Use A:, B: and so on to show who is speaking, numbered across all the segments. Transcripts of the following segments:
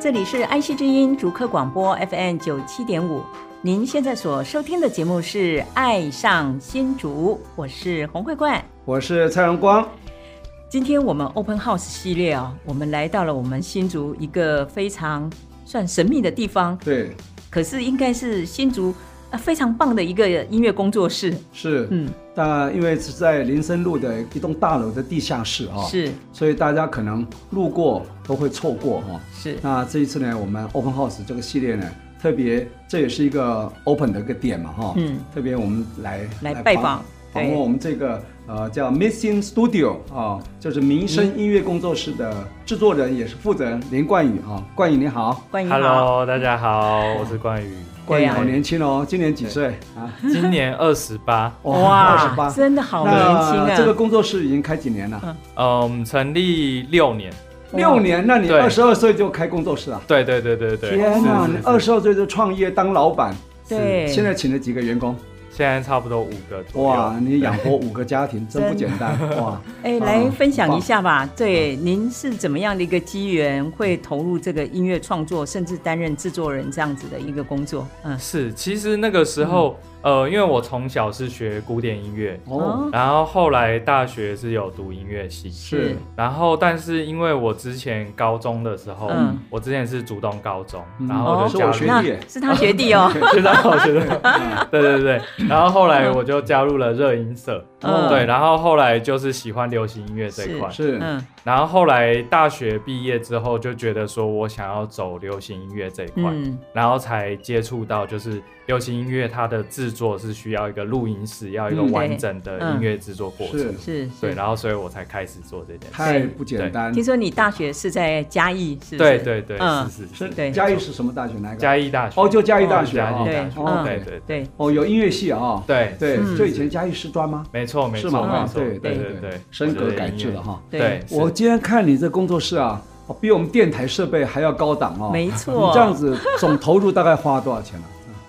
A: 这里是安溪之音主客广播 FM 九七点五，您现在所收听的节目是《爱上新竹》，我是洪慧冠。
B: 我是蔡荣光，
A: 今天我们 Open House 系列啊、我们来到了我们新竹一个非常算神秘的地方，
B: 对，
A: 可是应该是新竹呃非常棒的一个音乐工作室。
B: 是，
A: 嗯，
B: 那因为是在林森路的一栋大楼的地下室啊、哦，，
A: 是
B: 所以大家可能路过都会错过哈、哦。
A: 是
B: 那这一次呢，我们 Open House 这个系列呢，特别这也是一个 Open 的一个点嘛哈、
A: 嗯，
B: 特别我们来
A: 来拜访
B: 访
A: 对
B: 问我们这个呃叫 Missing Studio 啊、就是民生音乐工作室的制作人，也是负责人林冠宇啊、冠宇你好，
A: 关于
C: Hello，大家好，我是关 宇，
B: 冠
A: 对
B: 宇
A: 啊
B: 好年轻哦，今年几岁啊？
C: 今年二十八，
B: 二十八
A: 哇，，真的好年轻
B: 那
A: 啊！
B: 这个工作室已经开几年了？
C: 嗯，成立六年，
B: 六年？那你
C: 对
B: 二十二岁就开工作室啊？
C: 对对对对对，
B: 天哪！
C: 是
B: 你
C: 是
B: 二
C: 是
B: 十二岁就创业当老板，
A: 对，
B: 现在请了几个员工？
C: 现在差不多五个左右
B: 哇，你养活五个家庭真不简单哇！
A: 哎，
B: 啊
A: 来分享一下吧。对，您是怎么样的一个机缘会投入这个音乐创作，甚至担任制作人这样子的一个工作？嗯，
C: 是，其实那个时候，
B: 嗯
C: 呃，因为我从小是学古典音乐，
B: 哦，
C: 然后后来大学是有读音乐系，
B: 是
C: 然后但是因为我之前高中的时候，
A: 嗯
C: 我之前是主动高中，
B: 嗯
C: 然后我
B: 是
C: 就加
B: 我
C: 入
B: 学
A: 那
B: 弟耶，
A: 是他学弟哦。
C: 学 长好，学长
B: 嗯
C: 好，对对对。然后后来我就加入了热音社，
A: 嗯
C: 对，然后后来就是喜欢流行音乐这一块。
B: 是
A: 嗯
C: 然后后来大学毕业之后，就觉得说我想要走流行音乐这一块，
A: 嗯，
C: 然后才接触到就是流行音乐它的制作是需要一个录音室，要一个
B: 嗯
C: 完整的音乐制作过程。
B: 是，
A: 是
C: 对，
A: 是。
C: 然后所以我才开始做这件事。
B: 太不简单
A: 听。说你大学是在嘉义，是不是？
C: 对对对，
A: 嗯
C: 是是
B: 是
C: 是，
A: 对
B: 嘉义是什么大学？哪一个？
C: 嘉义大学。
B: 哦，就嘉义大学
C: 嘉
B: 啊
C: 义大
A: 学
B: 哦
A: 嗯
C: 对
B: 对
C: 对
A: 对
B: 哦，有音乐系啊，
C: 对对，
B: 对
A: 嗯，
B: 就以前嘉义师专吗？
C: 没错没
B: 是
C: 错
B: 吗？
C: 没
B: 啊
C: 错，
B: 对
C: 对
B: 对
C: 对，
B: 升格改制
C: 制
B: 了。哈。
C: 对，
B: 我今天看你这工作室啊，哦比我们电台设备还要高档哦。
A: 没错。
B: 你这样子总投入大概花多少钱呢、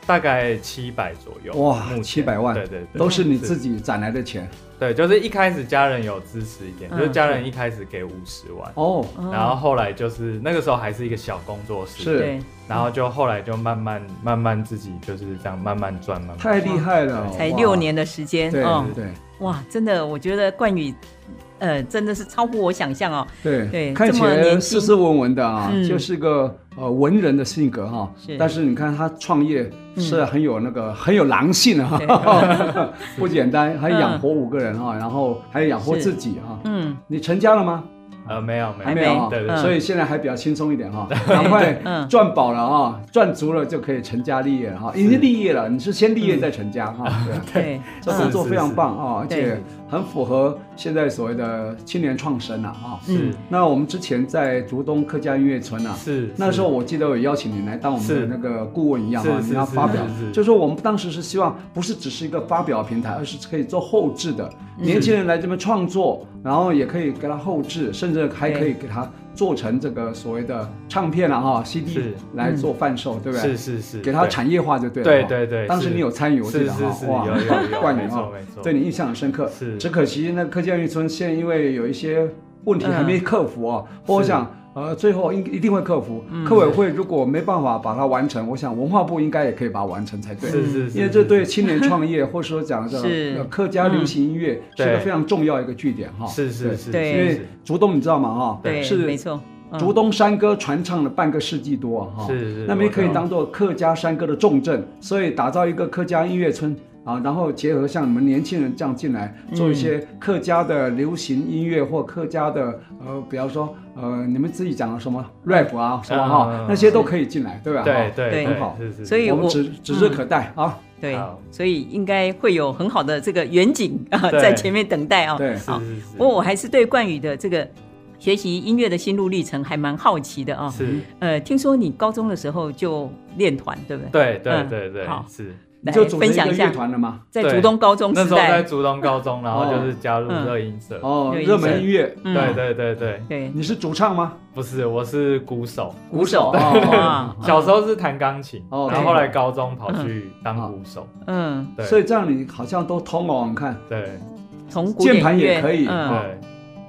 C: 大概七百左右，
B: 哇
C: 目前
B: 700万
C: 对对对，
B: 都是你自己攒来的钱
C: 对，就是一开始家人有支持一点，
A: 嗯
C: 就是家人一开始给五十万，
B: 哦。
A: 哦
C: 然后后来就是那个时候还是一个小工作室，
B: 是
A: 对，
C: 然后就后来就慢慢慢慢自己就是这样慢慢赚，慢慢赚
B: 太厉害
C: 嗯
B: 了，
A: 才
B: 哇
A: 六。年的时间，
B: 对
A: 哦
B: 对
A: 哇，真的，我觉得冠宇，呃，真的是超乎我想象哦。
B: 对
A: 对
B: 看起
A: 这么年
B: 来
A: 轻
B: 斯斯文文的啊，
A: 嗯
B: 就是个呃文人的性格哈、
A: 是嗯
B: 但是你看他创业是很有那个、很有狼性啊
A: 对， 嗯
B: 不简单，还养活五个人啊，然后还养活
A: 是
B: 自己啊。
A: 嗯，
B: 你成家了吗？
C: 呃没有嗯没
A: 还
C: 有
A: 没
B: 有啊，
C: 对对对
B: 所以现在还比较轻松一点哈，赶快
A: 嗯
B: 赚饱了啊，赚足了就可以成家立业了哈，已经立业了，你是先立业再成家哈，对啊，
A: 对，
B: 这工作
C: 是是
B: 非常棒啊，而
A: 对
B: 且很符合现在所谓的青年创生了啊。
A: 嗯
C: 是
B: 那我们之前在竹东客家音乐村啊，
C: 是
B: 那时候我记得有邀请你来当我们的
C: 是
B: 那个顾问一样啊，
C: 是是
B: 你要发表
C: 是是，是
B: 就是说我们当时是希望不是只是一个发表平台，而是可以做后置的，
C: 嗯
B: 年轻人来这边创作，然后也可以给他后置，甚至还可以给他做成这个所谓的唱片啊、哈 CD
C: 是嗯
B: 来做贩售，对不对？
C: 是是是，
B: 给它
C: 对
B: 产业化就对了。
C: 对
B: 哈
C: 对对
B: 当时
C: 是
B: 你有参与，我记
C: 是
B: 得
C: 是
B: 哈
C: 是，
B: 哇
C: 有，有有，
B: 冠啊
C: 没
B: 宇哈
C: 错，没错，
B: 对你印哦象很深刻。
C: 是
B: 只可惜那客家运村现在因为有一些问题还没克服啊，我
C: 是
B: 想。呃，最后应一定会克服。
C: 嗯
B: 客委会如果没办法把它完成，我想文化部应该也可以把它完成才对。
C: 是
A: 嗯
C: 是是，
B: 因为这对青年创业，或者说讲这
A: 是
B: 呃客家流行音乐，是
C: 对
B: 一个非常重要一个据点哈。
C: 嗯是是
B: 对
C: 是，
A: 对
B: 因为竹东你知道吗？哈，
A: 对，没
B: 是
A: 错，嗯
B: 竹东山歌传唱了半个世纪多啊哈。
C: 是是，
B: 那么也可以
C: 我懂
B: 当做客家山歌的重镇，所以打造一个客家音乐村啊，然后结合像你们年轻人这样进来，
C: 嗯
B: 做一些客家的流行音乐或客家的呃，比方说呃，你们自己讲的什么 rap 啊，什么哈、
C: 嗯
B: 那些都可以进来，对吧？
C: 对
B: 哈
C: 对
A: 对
C: 对
B: 很好
C: 是是，
A: 所以
B: 我们
A: 我嗯
B: 指指日可待啊。
A: 对
C: 好，
A: 所以应该会有很好的这个远景啊，
C: 对
A: 在前面等待啊。
B: 对
C: 是是
A: 不过我还是对冠宇的这个学习音乐的心路历程还蛮好奇的啊。
C: 是是，
A: 呃，听说你高中的时候就练团，对不对？
C: 对对
A: 嗯
C: 对对
A: 好，
C: 是。
B: 你
A: 来
B: 就组成
A: 分
B: 一
A: 享
B: 个
A: 一下
B: 乐，团了吗？
A: 在
C: 对
A: 竹东高中
C: 那
A: 时
C: 时候在
A: 代，
C: 竹东 高中，然后就是加入
A: 嗯
C: 热音社。
B: 哦，
A: 有
B: 热门音乐，
A: 嗯
C: 对对对对，
A: 对，
B: 你是主唱吗？
C: 不是，我是鼓手，
A: 鼓手
B: 哦
A: 啊，
C: 小时候是弹钢琴，
B: 哦
C: 然后后来高中跑去
A: 哦
C: 当鼓手。
A: 嗯，
C: 对，
B: 所以这样你好像都通哦，你看
C: 对
A: 从古典
B: 键盘也
A: 乐
B: 可以
A: 嗯，
C: 对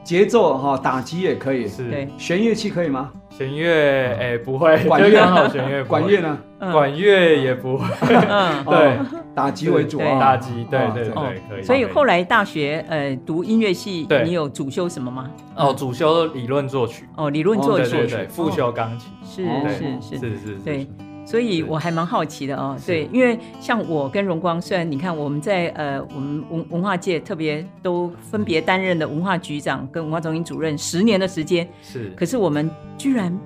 B: 节奏哈、打击也可以，
C: 是
A: 对，
B: 弦乐器可以吗？
C: 弦乐哎不会，
B: 管乐
C: 就刚好弦乐不会
B: 管乐呢？
A: 嗯
C: 管乐也不会，
A: 嗯，
C: 对
B: 哦，打击为主
A: 对
B: 啊，
C: 打击对
B: 哦
C: 对
A: 哦
C: 对可以。
A: 所以后
C: 来
A: 来大学呃读音乐系，
C: 对
A: 你有主修什么吗？
C: 哦主修理论作曲，
A: 哦，理论
B: 哦
A: 作
C: 对
A: 曲
C: 对对，复修钢琴，
A: 是
B: 哦
C: 对
A: 是是，
C: 是是
A: 对
C: 是，
A: 所以
C: 是
A: 我还蛮好奇的哦。
C: 是
A: 对，因为像我跟荣光，虽然你看我们在呃我们文文化界特别都分别担任了文化局长跟文化中心主任十年的时间，
C: 是
A: 可是我们居然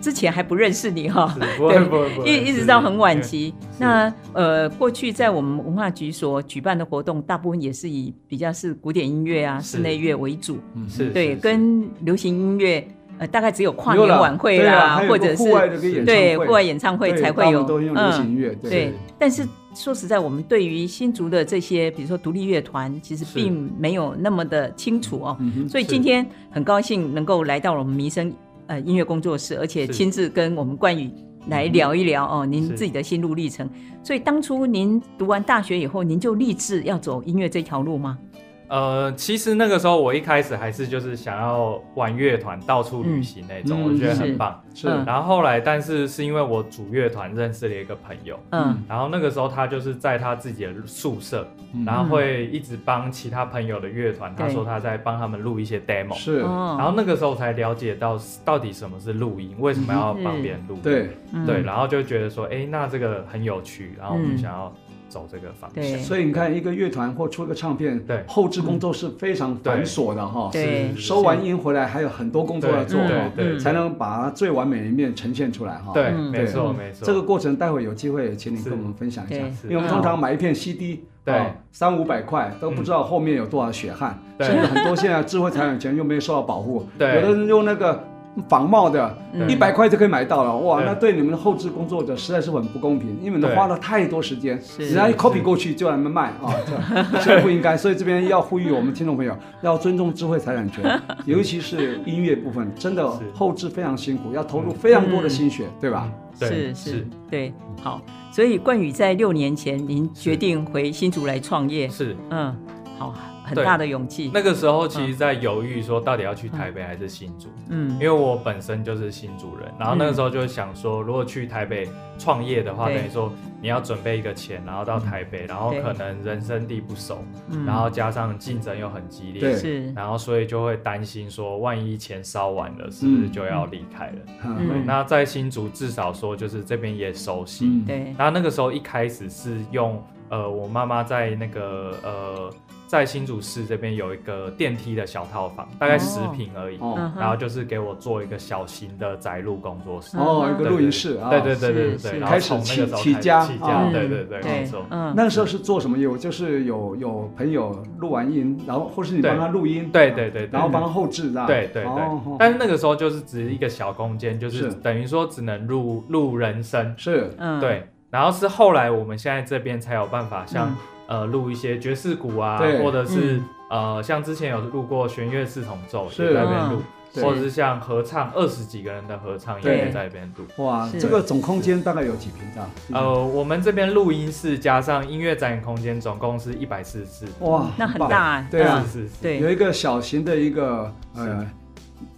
A: 之前还不认识你 哈、
C: 是不会
A: 对
C: 不会不会，
A: 一一直
C: 是
A: 到很晚
C: 因为
A: 期。那呃，过去在我们文化局所举办的活动，大部分也是以比较是古典音乐啊、
C: 是
A: 室内乐为主，
B: 嗯
C: 是
A: 对，
C: 是
A: 跟流行音乐呃，大概只有跨
B: 有
A: 年
B: 啦
A: 晚会
B: 对
A: 啦，
B: 啊还有
A: 或
B: 个
A: 者是
B: 户外的跟演唱
A: 对
B: 会
A: 户外演唱会
B: 对
A: 才
B: 他
A: 会
B: 们
A: 有嗯
B: 都用流行音乐，对
A: 对。但是说实在，我们对于新竹的这些，比如说独立乐团，其实
C: 是
A: 并没有那么的清楚哦。
B: 嗯哼
A: 所以
C: 是
A: 今天很高兴能够来到我们民生呃音乐工作室，而且
C: 是
A: 亲自跟我们冠宇来聊一聊
B: 嗯
A: 哦，您
C: 是
A: 自己的心路历程。所以当初您读完大学以后，您就立志要走音乐这条路吗？
C: 呃，其实那个时候我一开始还是就是想要玩乐团，到处旅行那种，
B: 嗯
C: 我觉得
A: 是
C: 很棒。
B: 是
A: 嗯
C: 然后后来，但是是因为我组乐团认识了一个朋友，
A: 嗯，
C: 然后那个时候他就是在他自己的宿舍，
B: 嗯
C: 然后会一直帮其他朋友的乐团，
A: 对
C: 他说他在帮他们录一些
A: 哦
C: demo。
B: 是，
C: 然后那个时候才了解到到底什么是录音，为什么要帮别人录音？
B: 对，
A: 嗯
C: 对，然后就觉得说，哎，那这个很有趣，然后我
A: 嗯
C: 们想要走这个方向。
A: 对
B: 所以你看一个乐团或出一个唱片，
C: 对
B: 后置工作是非常繁琐的哈，
A: 对
C: 是
B: 收完音回来还有很多工作要做
C: 对
B: 哈，
C: 对对
B: 才能把它最完美的一面呈现出来哈。
C: 对，
A: 嗯
C: 没错
B: 嗯
C: 没错。
B: 这个过程待会有机会也请你跟我们分享一下
A: 对，
B: 因为我们通常买一片 CD，
C: 对
B: 哦，三五百块都不知道后面有多少血汗，
C: 对
B: 甚至很多现在智慧财产权又没有受到保护，
C: 对
B: 有的人用那个仿冒的，
C: 嗯
B: 一百块就可以买到了，哇，
C: 对
B: 那对你们的后置工作者实在是很不公平，因为你们
C: 对
B: 花了太多时间，
A: 是
B: 人家一 copy 过去就让你们卖啊， 这这不应该，所以这边要呼吁我们听众朋友要尊重智慧财产 权，尤其是音乐部分，真的
C: 是
B: 后置非常辛苦，要投入非常
A: 嗯
B: 多的心血，对吧？
C: 对
A: 是是，对，好。所以冠宇在六年前，您决定回新竹来创业，
C: 是
A: 嗯，好，很
C: 对
A: 大的勇气，
C: 那个时候，其实在犹豫说到底要去台北还是新竹，
A: 嗯
C: 因，为我本身就是新竹人。然后那个时候就想说，如果去台北创业的话，
A: 对嗯
C: 等于说你要准备一个钱，然后到台北，然后
A: 对
C: 可能人生地不熟，
A: 嗯
C: 然后加上竞争又很激
B: 对
C: 烈，
A: 是，
C: 然后所以就会担心说，万一钱烧完了，是不是就要离开了？
B: 嗯
C: 对，那在新竹至少说就是这边也熟悉，
B: 嗯，
A: 对，
C: 然后那个时候一开始是用呃，我妈妈在那个呃，在新竹市这边有一个电梯的小套房，大概十平而已。
B: 哦
A: 嗯
C: 然后就是给我做一个小型的宅录工作室，
B: 哦，
A: 嗯
B: 一个录音室啊，
C: 对对对对对
A: 是
C: 对，
A: 是
C: 然后从那个时候
B: 开始起起家哦
C: 起
B: 啊
C: 家，对对对，没错，
A: 嗯，
B: 那时候是做什么业务？就是有有朋友录完音，然后或是你帮他录音，
C: 对对对，对嗯
B: 然后帮他后置，的，
C: 对对
B: 哦
C: 对
B: 哦，
C: 但是那个时候就是只是一个小空间，就是
B: 是
C: 等于说只能录录人声，
B: 是
A: 嗯，
C: 对，然后是后来我们现在这边才有办法像
A: 嗯
C: 呃录一些爵士鼓啊，
B: 对
C: 或者是
B: 嗯
C: 呃像之前有录过弦乐四重奏
B: 是
C: 也在那边录
A: 嗯，
B: 对
C: 或者是像合唱二十几个人的合唱
B: 对
C: 也在那边录。
B: 哇，
A: 是
B: 这个总空间大概有几平这样？
C: 呃，我们这边录音室加上音乐展演空间，总共是一百四十四。
B: 哇，
A: 那很
B: 棒
A: 大哎
B: 对啊
C: 是，是是，
A: 对
B: 有一个小型的一个呃，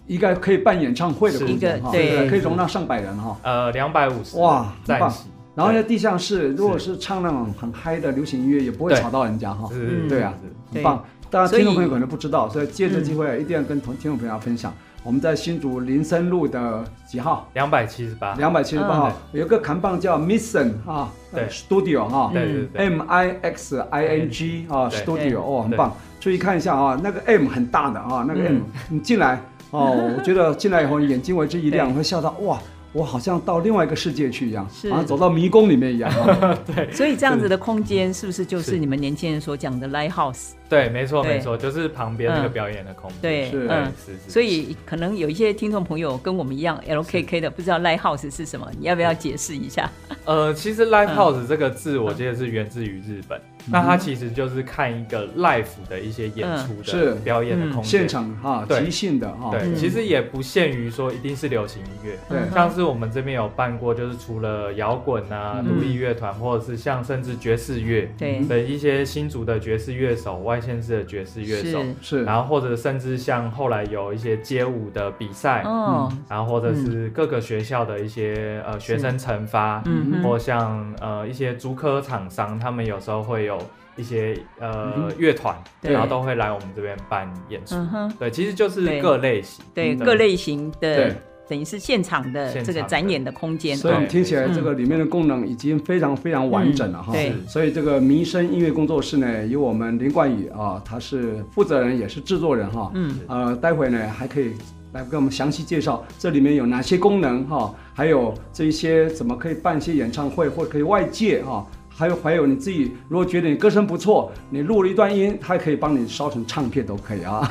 B: 应该可以办演唱会的空
A: 是一
B: 间
A: 个
B: 哈，
A: 对
B: 可以容纳上百人哈。
C: 呃，两百五十
B: 哇很
C: 暂
B: 棒
C: 时。
B: 然后在
C: 对
B: 地下室，如果是唱那种很嗨的流行音乐，也不会
C: 对
B: 吵到人家哈，
C: 是，
B: 对啊
C: 是，
B: 很
A: 对
B: 棒。大家
A: 所以
C: 嗯
B: 听众朋友可能不知道，所以借这机会一定要跟同听众朋友分享。我们在新竹林森路的几号？
C: 两百七十八，
B: 两百七十八号，有一个扛棒叫 Mission 啊
C: 啊对
B: ，Studio 哈
C: 对对对，
B: ，M I X I N G 啊
C: 对
B: ，Studio 哦，很
C: 对
B: 棒，注意看一下啊，那个 M 很大的啊，那个 M
A: 嗯
B: 你进来哦， 我觉得进来以后眼睛为之一亮，
A: 对
B: 会笑到哇。我好像到另外一个世界去一样，
A: 是
B: 好像走到迷宫里面一样 啊。
A: 所以这样子的空间是不是就是
C: 是
A: 你们年轻人所讲的 live house？
C: 对，没错
A: 对
C: 没错，就是旁边那个
A: 嗯
C: 表演的空间，
A: 对，
B: 是
C: 对
A: 嗯。
C: 是是，
A: 所以可能有一些听众朋友跟我们一样 LKK 的，不知道 live house 是什么，你要不要解释一下？
C: 呃，其实 live house 这个字，我记得是源自于日本。那它其实就是看一个 live 的一些演出
B: 嗯是
C: 的表演的空间。
B: 现场哈，
C: 对
B: 即兴的啊哈，
C: 对，
A: 嗯
C: 其实也不限于说一定是流行音乐。
B: 对
C: 像是我们这边有办过，就是除了摇滚啊、
A: 嗯
C: 独立乐团，或者是像甚至爵士乐
A: 对，
C: 的一些新竹的爵士乐手、外县市的爵士乐手，
A: 是，
B: 是
C: 然后或者甚至像后来有一些街舞的比赛，
A: 哦，
C: 然后或者是各个学校的一些呃学生惩罚，
A: 嗯哼
C: 或像呃一些足科厂商，他们有时候会有一些
B: 嗯
C: 呃乐团，
A: 对
C: 然后都会来我们这边办演出
A: 嗯。哼，
C: 对，其实就是
A: 对
C: 各类型，
A: 对，
C: 的
A: 各类型的
B: 对，
A: 等于是现场的
C: 现
A: 这个
C: 场
A: 展
C: 的
A: 演的空间，
B: 所以我们
C: 对
B: 听起来
A: 嗯
B: 这个里面的功能已经非常非常完整了
A: 嗯
B: 哈。
A: 对
B: 所以这个民生音乐工作室呢，由我们林冠宇啊，他是负责人也是制作人哈。
A: 嗯，
B: 呃，待会呢还可以来跟我们详细介绍这里面有哪些功能哈，还有这一些怎么可以办一些演唱会或者可以外借哈。还有还有你自己，如果觉得你歌声不错，你录了一段音，他可以帮你烧成唱片都可以啊。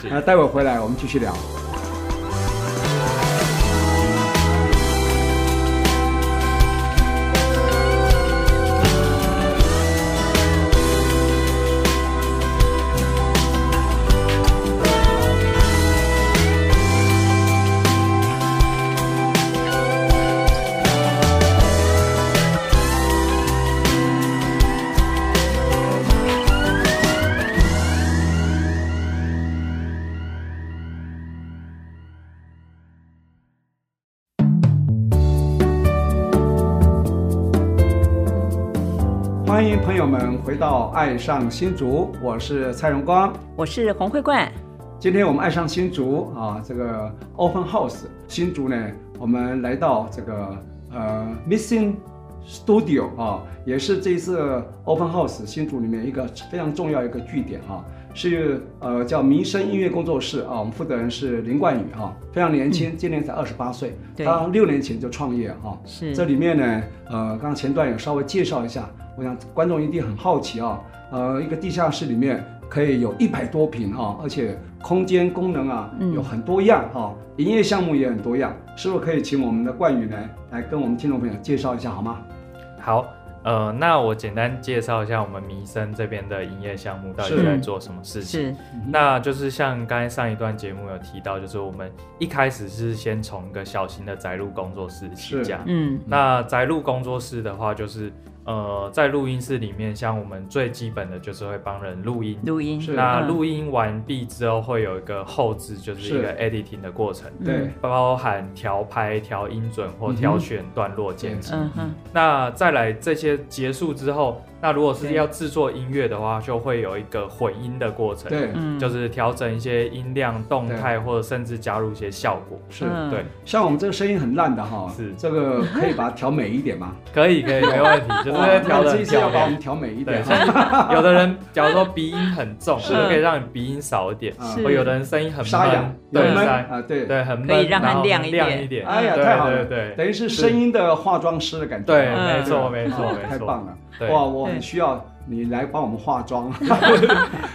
C: 是 是
B: 那待会回来我们继续聊。欢迎朋友们回到《爱上新竹》，我是蔡荣光。
A: 我是洪慧冠，
B: 今天我们爱上新竹啊，这个 Open House 新竹呢，我们来到这个呃 Missing Studio 啊，也是这一次 Open House 新竹里面一个非常重要一个据点啊，是呃叫民生音乐工作室啊，我们负责人是林冠宇啊，非常年轻，今年才二十八岁，
A: 对
B: 他六年前就创业啊，
A: 是
B: 这里面呢，呃，刚刚前段有稍微介绍一下，我想观众一定很好奇啊、呃，一个地下室里面可以有一百多平啊、而且空间功能啊
A: 嗯
B: 有很多样哈、营业项目也很多样，是不是可以请我们的冠宇呢来跟我们听众朋友介绍一下好吗？
C: 好，呃，那我简单介绍一下我们民生这边的营业项目到底
B: 是
C: 在做什么事情。
A: 是，
C: 那就是像刚才上一段节目有提到，就是我们一开始是先从一个小型的宅录工作室起
B: 是
C: 家。
A: 嗯，
C: 那宅录工作室的话，就是呃，在录音室里面，像我们最基本的就是会帮人录音。
A: 录音，
B: 是
C: 那
A: 嗯
C: 录音完毕之后，会有一个后置，就是一个 editing 的过程，
A: 嗯
B: 对，
C: 包含调拍、调音准或挑选段落剪辑。
A: 嗯哼，
C: 那再来这些结束之后，那如果是
A: 对
C: 要制作音乐的话，就会有一个混音的过程，
B: 对，
A: 嗯，
C: 就是是调整一些音量、动态，或者甚至加入一些效果。
B: 是。
A: 嗯
C: 对，
B: 像我们这个声音很烂的哈、
C: 是
B: 这个可以把它调美一点吗？
C: 可以，可以，没问题，就是
B: 哇
C: 会调
B: 那
C: 的
B: 这一次要
C: 漂
B: 把我
C: 亮
B: 们。调美一
C: 对，
B: 点啊
C: 所
B: 哈。
C: 以 有的人假如说鼻音很重，
B: 是
C: 就可以让你鼻音少一点；
B: 啊
A: 是
C: 或有的人声音很
B: 沙哑
C: 闷，，
B: 有
C: 对，
B: 闷
C: 沙
B: 啊，对，
C: 对，很闷，
A: 可以让它
C: 然后
A: 亮一点
C: 亮一点。
B: 哎呀，
C: 对
B: 太好了，
C: 对对
B: 等于是声音的化妆师的感觉。
C: 对，
A: 嗯
C: 没错，没错，
B: 哦
C: 没错，
B: 太棒了！
C: 对
B: 哇，我
A: 对
B: 很需要你来帮我们化 妆，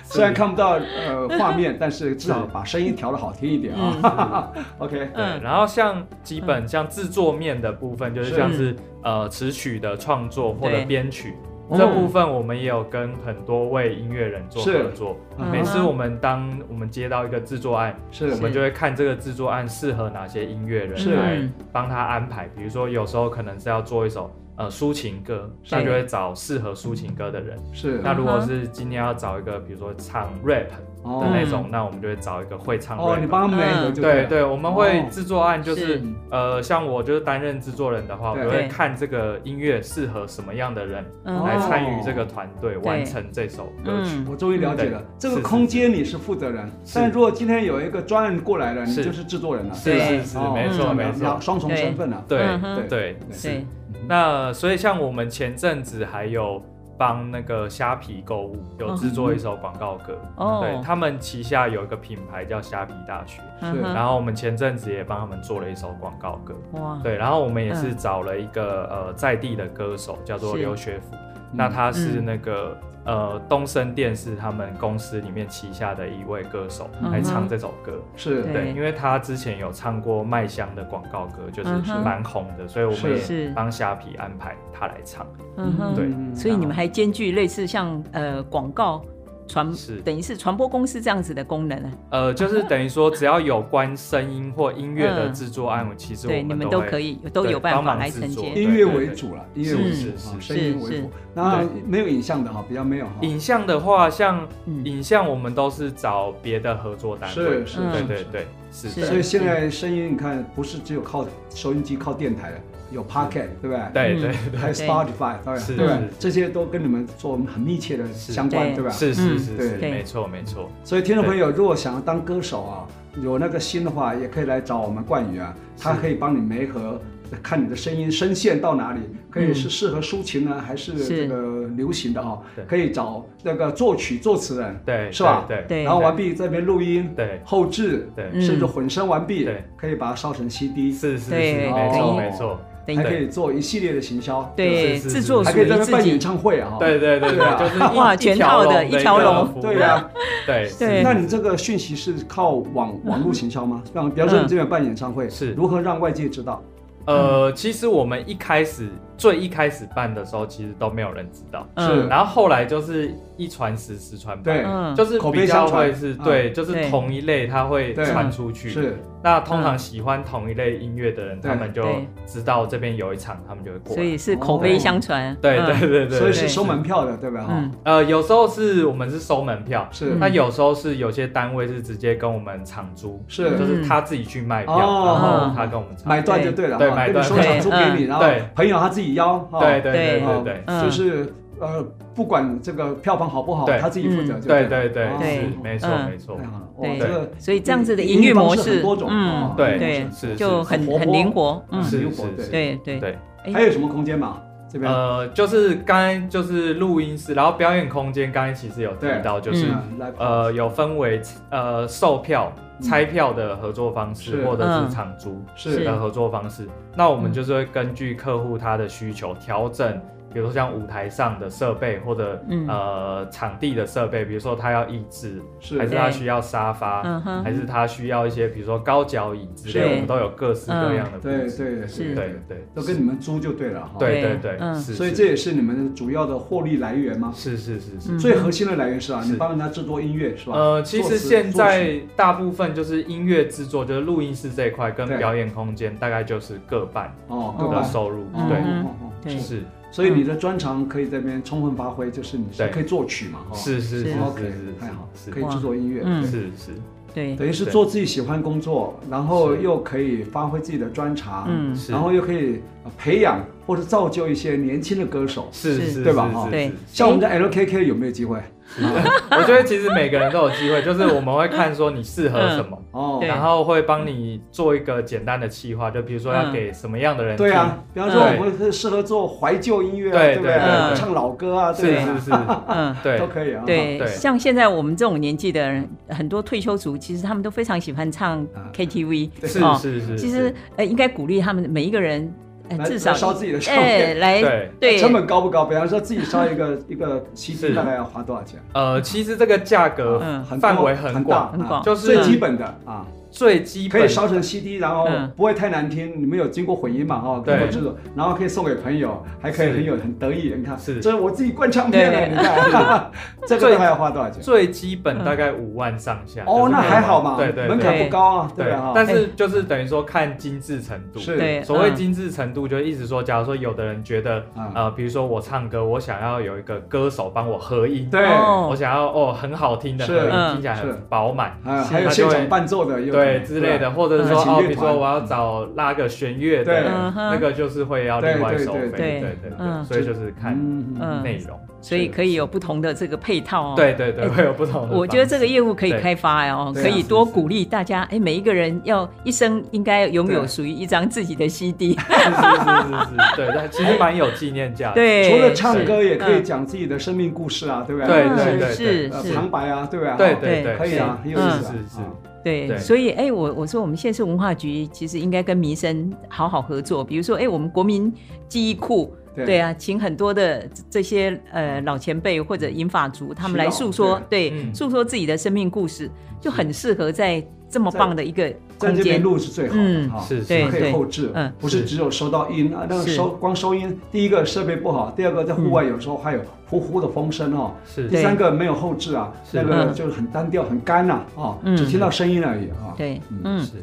B: 虽然看不到呃画面，但是至少把声音调的好听一点啊。OK，
C: 对，
A: 嗯
C: 然后像基本像制作面的部分，就是
B: 是
C: 像是呃词曲的创作或者
A: 对
C: 编曲
B: 哦
C: 这部分，我们也有跟很多位音乐人做
B: 是
C: 合作。
B: 嗯
C: 每
A: 嗯
C: 次
A: 哼
C: 我们当我们接到一个制作案，
B: 是
C: 我们就会看这个制作案适合哪些音乐人
B: 是
C: 来帮他安排。比如说有时候可能是要做一首呃抒情歌，那就会找适合抒情歌的人。
B: 是
C: 那如果是今天要找一个，比如说唱 rap 的
B: 哦
C: 那种，那我们就会找一个会唱
B: 哦，你
C: rap 的。
B: 帮他美的
A: 嗯
B: 就
C: 对
B: 了
C: 对，我们会
B: 哦
C: 制作案就是
A: 是
C: 呃，像我就是担任制作人的话，我
B: 对哦
C: 就会看这个音乐适合什么样的人
A: 嗯
C: 来参与这个团队完成这首歌曲。
A: 嗯
B: 我终于了解了
C: 对，
B: 这
C: 是
B: 个
C: 是
B: 空间你是负责人，
C: 是
B: 但如果今天有一个专案过来了，你
C: 是
B: 就是制作人了，
C: 是
B: 吧
C: 是是
B: 哦
C: 没错
B: 嗯
C: 没错
B: 双重身份了，
C: 对
A: 嗯哼
C: 对，
A: 对，
C: 那所以像我们前阵子还有帮那个虾皮购物有制作一首广告歌，
A: 哦
C: 对他们旗下有一个品牌叫虾皮大学，
A: 嗯哼
C: 然后我们前阵子也帮他们做了一首广告歌，
A: 哇，
C: 对，然后我们也是找了一个、呃在地的歌手叫做
A: 嗯是嗯
C: 刘学府，那他是那个、呃东森电视他们公司里面旗下的一位歌手
A: 嗯哼
C: 来唱这首歌。
B: 是
A: 对
C: 对，因为他之前有唱过麦香的广告歌，就是
A: 嗯哼
C: 蛮红的，所以我们
A: 是
C: 也帮虾皮安排他来 唱。
A: 嗯哼，
C: 对
B: 嗯
A: 所以你们还兼具类似像呃广告传呃
C: 是，
A: 等于是传播公司这样子的功能啊，
C: 呃，就是等于说只要有关声音或音乐的
A: 嗯
C: 制作案，其实
A: 对，
C: 我
A: 你们
C: 们
A: 都
C: 会
A: 可以都
C: 对
A: 有办
C: 帮
A: 法
C: 忙
A: 来
C: 制
A: 承
C: 作
A: 接。
C: 对
B: 音乐
C: 对
B: 为
C: 对
B: 主了，音乐为主
C: 是
B: 啊，
C: 是
B: 声音为
A: 是
B: 主，那
C: 对
B: 没有影像的哈，比较没有哈，
C: 影像的话，像
A: 嗯
C: 影像我们都是找别的合作单位，
B: 是是
C: 对
A: 嗯
C: 对对，是
A: 是
C: 的，
B: 所以现在声音你看不是只有靠收音机靠电台了，有 Pocket 对不对？
C: 对
A: 嗯
C: 对
B: 还有
A: 对
B: Spotify 当然
C: 是
B: 对吧
C: 是
B: 这些都跟你们做很密切的
C: 是
B: 相关
A: 对
B: 对吧？
C: 是
A: 嗯
C: 是是
B: 对
C: 是，
A: 对
C: 没错没错，
B: 所以听众朋友，如果想要当歌手啊，有那个心的话，也可以来找我们冠宇啊，他可以帮你媒合，看你的声音声线到哪里，可以是适合抒情呢，还是
A: 是
B: 这个流行的啊
C: 嗯对？
B: 可以找那个作曲作词人，
C: 对，
B: 是吧
C: 对
A: 对
B: 然后完毕这边录音、
C: 对
B: 后置，
C: 对，
A: 嗯
B: 甚至混声完毕
C: 对，
B: 可以把它烧成 CD，
C: 是是是，
A: 对
C: 没错
B: 哦
C: 没错，
A: 等
B: 还
A: 于
B: 可以做一系列的行销，
A: 对
C: 是是是
A: 制作
B: 还
A: 属
B: 可以
A: 于
B: 在那边
A: 自
B: 办
A: 己，
B: 演唱会啊，
C: 对对对
B: 对啊
C: 对，就是一
A: 哇
C: 一
A: 全套的
C: 一
A: 一条
C: 个
A: 龙
C: 服务
B: 对啊呀，
C: 对
A: 对嗯
B: 那你这个讯息是靠网网络行销吗？让，比方说你这边有办演唱会，
C: 是
B: 如何让外界知道？嗯
C: 呃，其实我们一开始最一开始办的时候，其实都没有人知道，
B: 是
C: 嗯然后后来就是一传十，十传百
B: 嗯对。
A: 嗯，
C: 就是
B: 口碑
C: 比较
B: 相传
C: 会是
B: 啊
C: 对，就
A: 对嗯
C: 是同一类，它会
B: 对嗯
C: 传出去。
B: 是
C: 那通常喜欢同一类音乐的人，
B: 对
C: 他们就
A: 对
C: 知道这边有一场，他们就会过
A: 所
C: 来。
A: 以是口碑相传。
C: 对
A: 嗯
C: 对对对，
B: 所以
C: 对
B: 是收门票的，对吧？哈
A: 嗯，
C: 呃，有时候是我们是收门票，
B: 是
C: 那有时候是有些单位是直接跟我们场租，
B: 是
A: 嗯
C: 就是他自己去卖票，
B: 哦
C: 然后他跟我们
B: 买
C: 场。
B: 断就对了，
C: 对
B: 哈
C: 买
B: 跟你
C: 断
B: 说想
A: 对
B: 租给你，
C: 嗯
B: 然后
C: 对
B: 朋友他自己邀，哈，
C: 对对对
A: 对
C: 对
B: 哦
C: 对
A: 嗯
B: 就是呃，不管这个票房好不好，
C: 对
B: 他自己负责就
C: 对
B: 了
C: 对对
B: 哦
C: 对，是
A: 对
C: 没错
A: 嗯
C: 没错
B: 太，好了，哇，
A: 对
B: 这个
A: 所以这样子的
B: 嗯
A: 营运模
B: 方式
A: 式
B: 很多，种哦
C: 对
A: 对
C: 是是
A: 就是很
B: 活泼
A: 很灵活，嗯
B: 嗯，
C: 是
B: 灵活对。
C: 是
A: 对对，
C: 对。
A: 哎
B: 还有什么空间嘛？这边
C: 呃，就是刚才就是录音室，然后表演空间，刚才其实有提到，就是、
B: 嗯来
C: 呃有分为呃售票、拆票的合作方式，
B: 嗯是
C: 或者
A: 嗯
C: 是场租
B: 是
C: 的合作方式。那我们就是会根据客户他的需求调整。比如说像舞台上的设备或者、
A: 嗯
C: 呃场地的设备，比如说他要益智，
B: 是
C: 还是他需要沙发，
A: 嗯哼
C: 还是他需要一些比如说高脚椅之
A: 是嗯
C: 类，我们都有各式各样的布
B: 对
C: 置。
B: 对
A: 是
C: 对对，
B: 都跟你们租就对了哈。
A: 对
C: 对对对，
A: 嗯
C: 是
B: 所以
C: 是
B: 这也是你们主要的获利来源吗？
C: 是是是是。
A: 嗯
B: 最核心的来源是啊，
C: 是
B: 你帮人家制作音乐是吧？
C: 呃，其
B: 作词
C: 实
B: 作
C: 现
B: 曲
C: 在大部分就是音乐制作，就是录音室这一块跟
B: 对
C: 表演空间大概就是各半
B: 哦，
A: 各嗯
B: 对
C: 的
B: 吧？
C: 收入，
B: 哦
C: 对，
B: 哦哦
A: 对
C: 是
B: 所以你的专长可以这边充分发挥，就是你是
C: 对
B: 可以作曲嘛，哈，
C: 是是是
A: 是
C: 是
B: 哦 OK，太好，可以
C: 是
B: 制作音乐，
A: 嗯
C: 是是是
A: 对
B: 等于是
C: 对
B: 做自己喜欢的工作，然后
C: 是
B: 又可以发挥自己的专长，
A: 嗯
C: 是
B: 然后又可以呃培养或者造就一些年轻的歌手，
C: 是
A: 是
C: 是是，
B: 对吧
C: 是
B: 哈
A: 对
B: 像我们的 LKK 有没有机会？
C: 我觉得其实每个人都有机会，就是我们会看说你适合
A: 嗯
C: 什么。
B: 哦，
A: 对
C: 然后会帮你做一个简单的企划，就比如说要
A: 嗯
C: 给什么样的人听，
B: 对啊，比方说
C: 嗯
B: 我们是适合做怀旧音乐啊，
C: 对
B: 不
C: 对
A: 对
B: 对？
A: 对
B: 唱老歌啊，
C: 是
B: 对
C: 是
B: 啊，
C: 是，
A: 嗯。
C: 对
B: 都可以啊，
A: 对，
C: 对
A: 像现在我们这种年纪的人，很多退休族，其实他们都非常喜欢唱
B: 啊
A: KTV，
C: 是
A: 哦
C: 是是，
A: 其
C: 是
A: 实呃，应该鼓励他们每一个人，呃，
B: 来
A: 至少
B: 来烧自己的唱
A: 哎
B: 片，
A: 来
C: 对
A: 对
B: 成本高不高？比方说自己烧一个一个 CD
C: 是
B: 大概要花多少钱？
C: 呃，其实这个价格
A: 嗯
B: 很多
C: 范围很
B: 大
C: 广，
A: 很广
C: 就是
B: 最基本的啊，
C: 最基
B: 可以
C: 本
B: 烧成 CD，然后
A: 嗯
B: 不会太难听。你们有经过混音嘛？哈，经
C: 对
B: 过制作，然后可以送给朋友，还可以
C: 是
B: 很有很得意。你看，
C: 是
B: 这是我自己灌唱片
A: 对
B: 的，你看， 这个
C: 最
B: 大概要花多少钱？
C: 最基
A: 嗯
C: 本大概五万上下。就
B: 哦，
C: 是
B: 那
C: 可以
B: 还
C: 玩
B: 好嘛，
C: 对对
B: 门槛
C: 对
B: 不高啊，对
C: 对
B: 吧？哈，
C: 但是就是等于说看精致程度。
B: 是
A: 对，
C: 所谓
A: 嗯
C: 精致程度，就意思说，假如说有的人觉得，
B: 啊
C: 呃，比如说我唱歌，我想要有一个歌手帮我合音，
B: 对，
A: 哦
C: 我想要哦很好听的
B: 是
C: 合
A: 嗯
C: 音，听起来
B: 是
C: 很饱满，
B: 啊，
A: 是
B: 还有
C: 他
B: 现
C: 就会
B: 场伴奏的，有
C: 对之类，的，或者是
B: 嗯
C: 说
B: 请
C: 哦，
B: 乐
C: 比如说
B: 团
C: 我要找拉个弦乐
B: 对
C: 的，
A: 嗯哼
C: 那个就是会要另外
B: 对对
C: 收
B: 对
C: 费，
B: 对
C: 对对
A: 嗯
C: 对，所以就是看
B: 嗯
A: 嗯
C: 内容，
A: 所以可以有不同的这个配套哦。
C: 对对对，会有不同的方式。
A: 我觉得这个业务可以开发哦，
B: 对
A: 可
B: 对啊
A: 以
B: 是
A: 多
B: 是
A: 鼓励大家。哎，每一个人要一生应该拥有
B: 对啊
A: 属于一张自己的 CD。
C: 是是是是是，对，但其实蛮有纪念价
A: 嗯
C: 值。
A: 对，
B: 除了唱歌，也可以
A: 嗯
B: 讲自己的生命故事啊，对不
C: 对
B: 对
C: 对
A: 嗯
C: 对
A: 是
B: 呃
A: 是，
B: 旁白啊，对吧？
C: 对
A: 哦
B: 哈
C: 对对，
B: 可以啊，
C: 是
B: 很有意思啊
C: 是，是
B: 啊
A: 对，
C: 对
A: 所以哎，我我说我们县市文化局其实应该跟民生好好合作，比如说哎，我们国民记忆库。
B: 对
A: 对啊，请很多的这些呃老前辈或者银发族，他们来
B: 耆
A: 诉
B: 老
A: 说，对，
C: 嗯
A: 诉说自己的生命故事，就很适合在这么棒的一个空
B: 在这边
A: 间。
B: 录是最好
A: 嗯
B: 的哈，
C: 是是
B: 我们可
A: 对
B: 以后置
A: 嗯，
B: 不是
C: 是
B: 只有收到音啊，那个
A: 是嗯
B: 收光收音，第一个设备不好，第二个在户外有时候还有呼呼的风声哦，
C: 是
B: 第
A: 对
B: 三个没有后置啊，
C: 是
B: 那个
A: 嗯
B: 就是很单调很干呐啊，
A: 嗯
B: 只听到声音而已啊。
A: 对，
B: 嗯
A: 嗯，
C: 是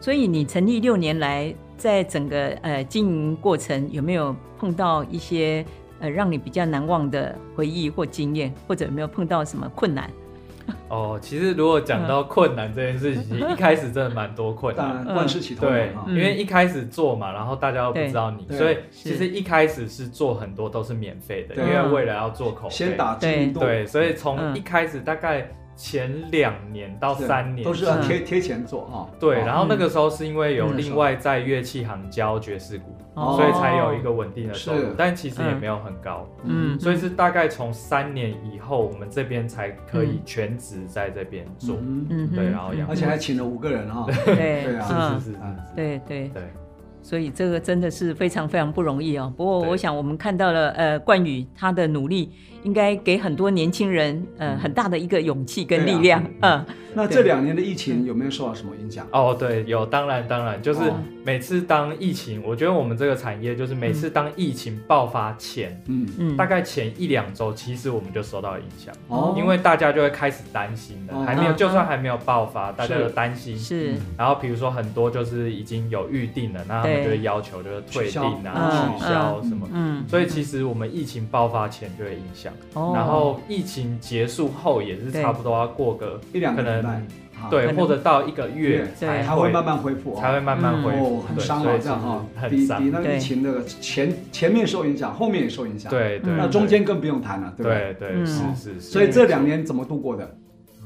A: 所以你成立六年来，在整个呃经营过程，有没有碰到一些呃让你比较难忘的回忆或经验，或者有没有碰到什么困难？
C: 哦。其实如果讲到困难这件事情，一开始真的蛮多困
B: 当
C: 难。
B: 然万事起头
C: 对
B: 难啊，
A: 嗯，
C: 因为一开始做嘛，然后大家都不
A: 对
C: 知道你，
B: 对
C: 所以
A: 是
C: 其实一开始是做很多都是免费的，
B: 对
C: 因为为了要做口碑。
B: 先打知名度，
C: 对，所以
A: 嗯
C: 从一开始大概前两年到
B: 对
C: 三年
B: 都是要
A: 嗯
B: 贴贴钱做啊。
C: 对，
B: 啊
C: 然后那个时候是因为有
B: 嗯
C: 另外在乐器行教爵士鼓，
A: 嗯
B: 哦
C: 所以才有一个稳定的收入
B: 是，
C: 但其实也没有很高，
A: 嗯，
C: 所以是大概从三年以后，我们这边才可以全职在这边做。
B: 嗯，
A: 嗯嗯哼
C: 对然后养
B: 而且还请了五个人啊，
A: 对
B: 对啊
A: 嗯
C: 是是是是，
A: 对对，
C: 对，
A: 所以这个真的是非常非常不容易哦。不过
C: 对
A: 我想我们看到了，呃，冠宇他的努力，应该给很多年轻人呃很大的一个勇气跟
B: 对啊
A: 力量。嗯，
B: 那这两年的疫情有没有受到什么影响？
C: 哦，对，有，当然当然，就是
B: 哦
C: 每次当疫情，我觉得我们这个产业就是每次当疫情爆发前，
B: 嗯，
A: 嗯
C: 大概前一两周，其实我们就受到影响，
B: 哦，
C: 因为大家就会开始担心了，
B: 哦
C: 还没有，
A: 嗯
C: 就算还没有爆发，大家
B: 是
C: 都担心。
A: 是
C: 然后比如说很多就是已经有预定了，那他们
A: 对
C: 就会要求就是退订啊、
A: 嗯
C: 取消什么的。
A: 嗯，
C: 所以其实我们疫情爆发前就会影响，
A: 哦
C: 然后疫情结束后也是
A: 对
C: 差不多要过个
B: 一两个
C: 可
B: 礼
C: 能
B: 拜，啊
C: 对
A: 可，能
C: 或者到一个月
B: 对
C: 才
B: 它会慢慢恢复啊，
C: 才会慢慢恢
B: 哦
C: 复，，
B: 很
C: 对
B: 伤
C: 所
B: 啊，
C: 以
B: 这样哈
C: 其实，很
B: 比
C: 伤
B: 比那个
A: 对
B: 疫情那个前前面受影响，后面也受影响，，
C: 对对，
A: 嗯
B: 那
C: 对
B: 中间更不用谈了，对不对？
C: 对对
A: 嗯
C: 是是是，
B: 所以这两年怎么度过的？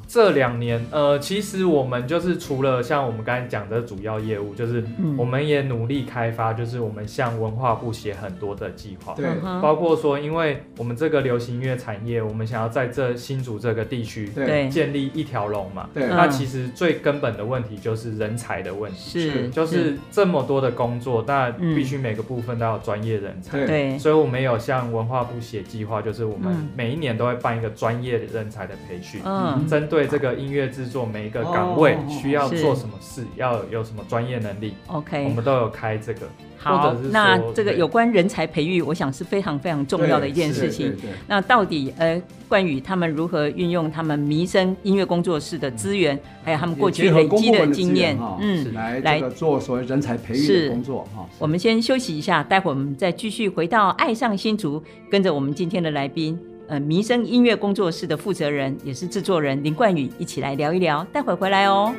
C: 这两年，呃，其实我们就是除了像我们刚才讲的主要业务，就是
A: 嗯
C: 我们也努力开发，就是我们向文化部写很多的计划，
B: 对
A: 嗯哼
C: 包括说，因为我们这个流行音乐产业，我们想要在这新竹这个地区
B: 对
C: 建立一条龙嘛。
B: 对
A: 嗯
C: 那其实最根本的问题就是人才的问题，
A: 是
C: 就是这么多的工作，那
A: 嗯
C: 必须每个部分都要有专业人才。
B: 对
A: 对
C: 所以我们有向文化部写计划，就是我
A: 嗯
C: 们每一年都会办一个专业人才的培训，
A: 嗯
C: 针对这个音乐制作每一个岗位
B: 哦
C: 需要
A: 是
C: 做什么事，要有什么专业能力，
B: 哎
C: 我
A: OK
C: 们。都有开这个。
A: 好
C: 或者是，
A: 那
C: 说
A: 这个
C: 对
A: 有关人才培育，我想是非常非常重要的一件事情
B: 对。对对
A: 那到底呃，冠宇他们如何运用他们民生音乐工作室的资源，还有他们过去
B: 嗯结合
A: 累
B: 公
A: 积
B: 部门的
A: 经
B: 资
A: 验
B: 源哈，
A: 嗯，
B: 来
A: 来
B: 这个做所谓人才培育
A: 是
B: 的工作哈。
A: 我们先休息一下，待会儿我们再继续回到爱上新竹，跟着我们今天的来宾，呃，民生音乐工作室的负责人也是制作人林冠宇一起来聊一聊，待会儿回来哦。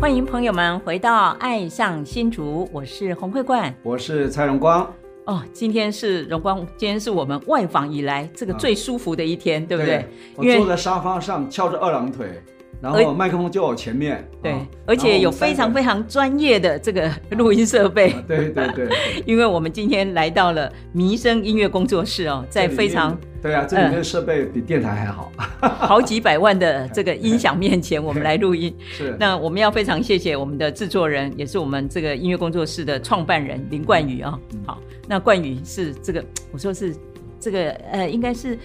A: 欢迎朋友们回到爱上新竹，我是洪慧冠。
B: 我是蔡荣光，
A: 哦，今天是荣光，今天是我们外
B: 啊
A: 访以来这个最舒服的一天，对不对？
B: 我
A: 因为
B: 坐在沙发上翘着二郎腿，然后麦克风就我前面，
A: 对
B: 啊，
A: 而且有非常非常专业的这个录音设备
B: 然后我们三，个啊对对 对， 对
A: 因为我们今天来到了民生音乐工作室哦，在
B: 这里
A: 非常嗯
B: 面对啊，这里面的设备比电台还 好，
A: 好几百万的这个音响面前，我们来录 音。
B: 是
A: 那我们要非常谢谢我们的制作人，也是我们这个音乐工作室的创办人林冠宇啊、
B: 嗯
A: 好，那冠宇是这个，我说是这个呃，应该是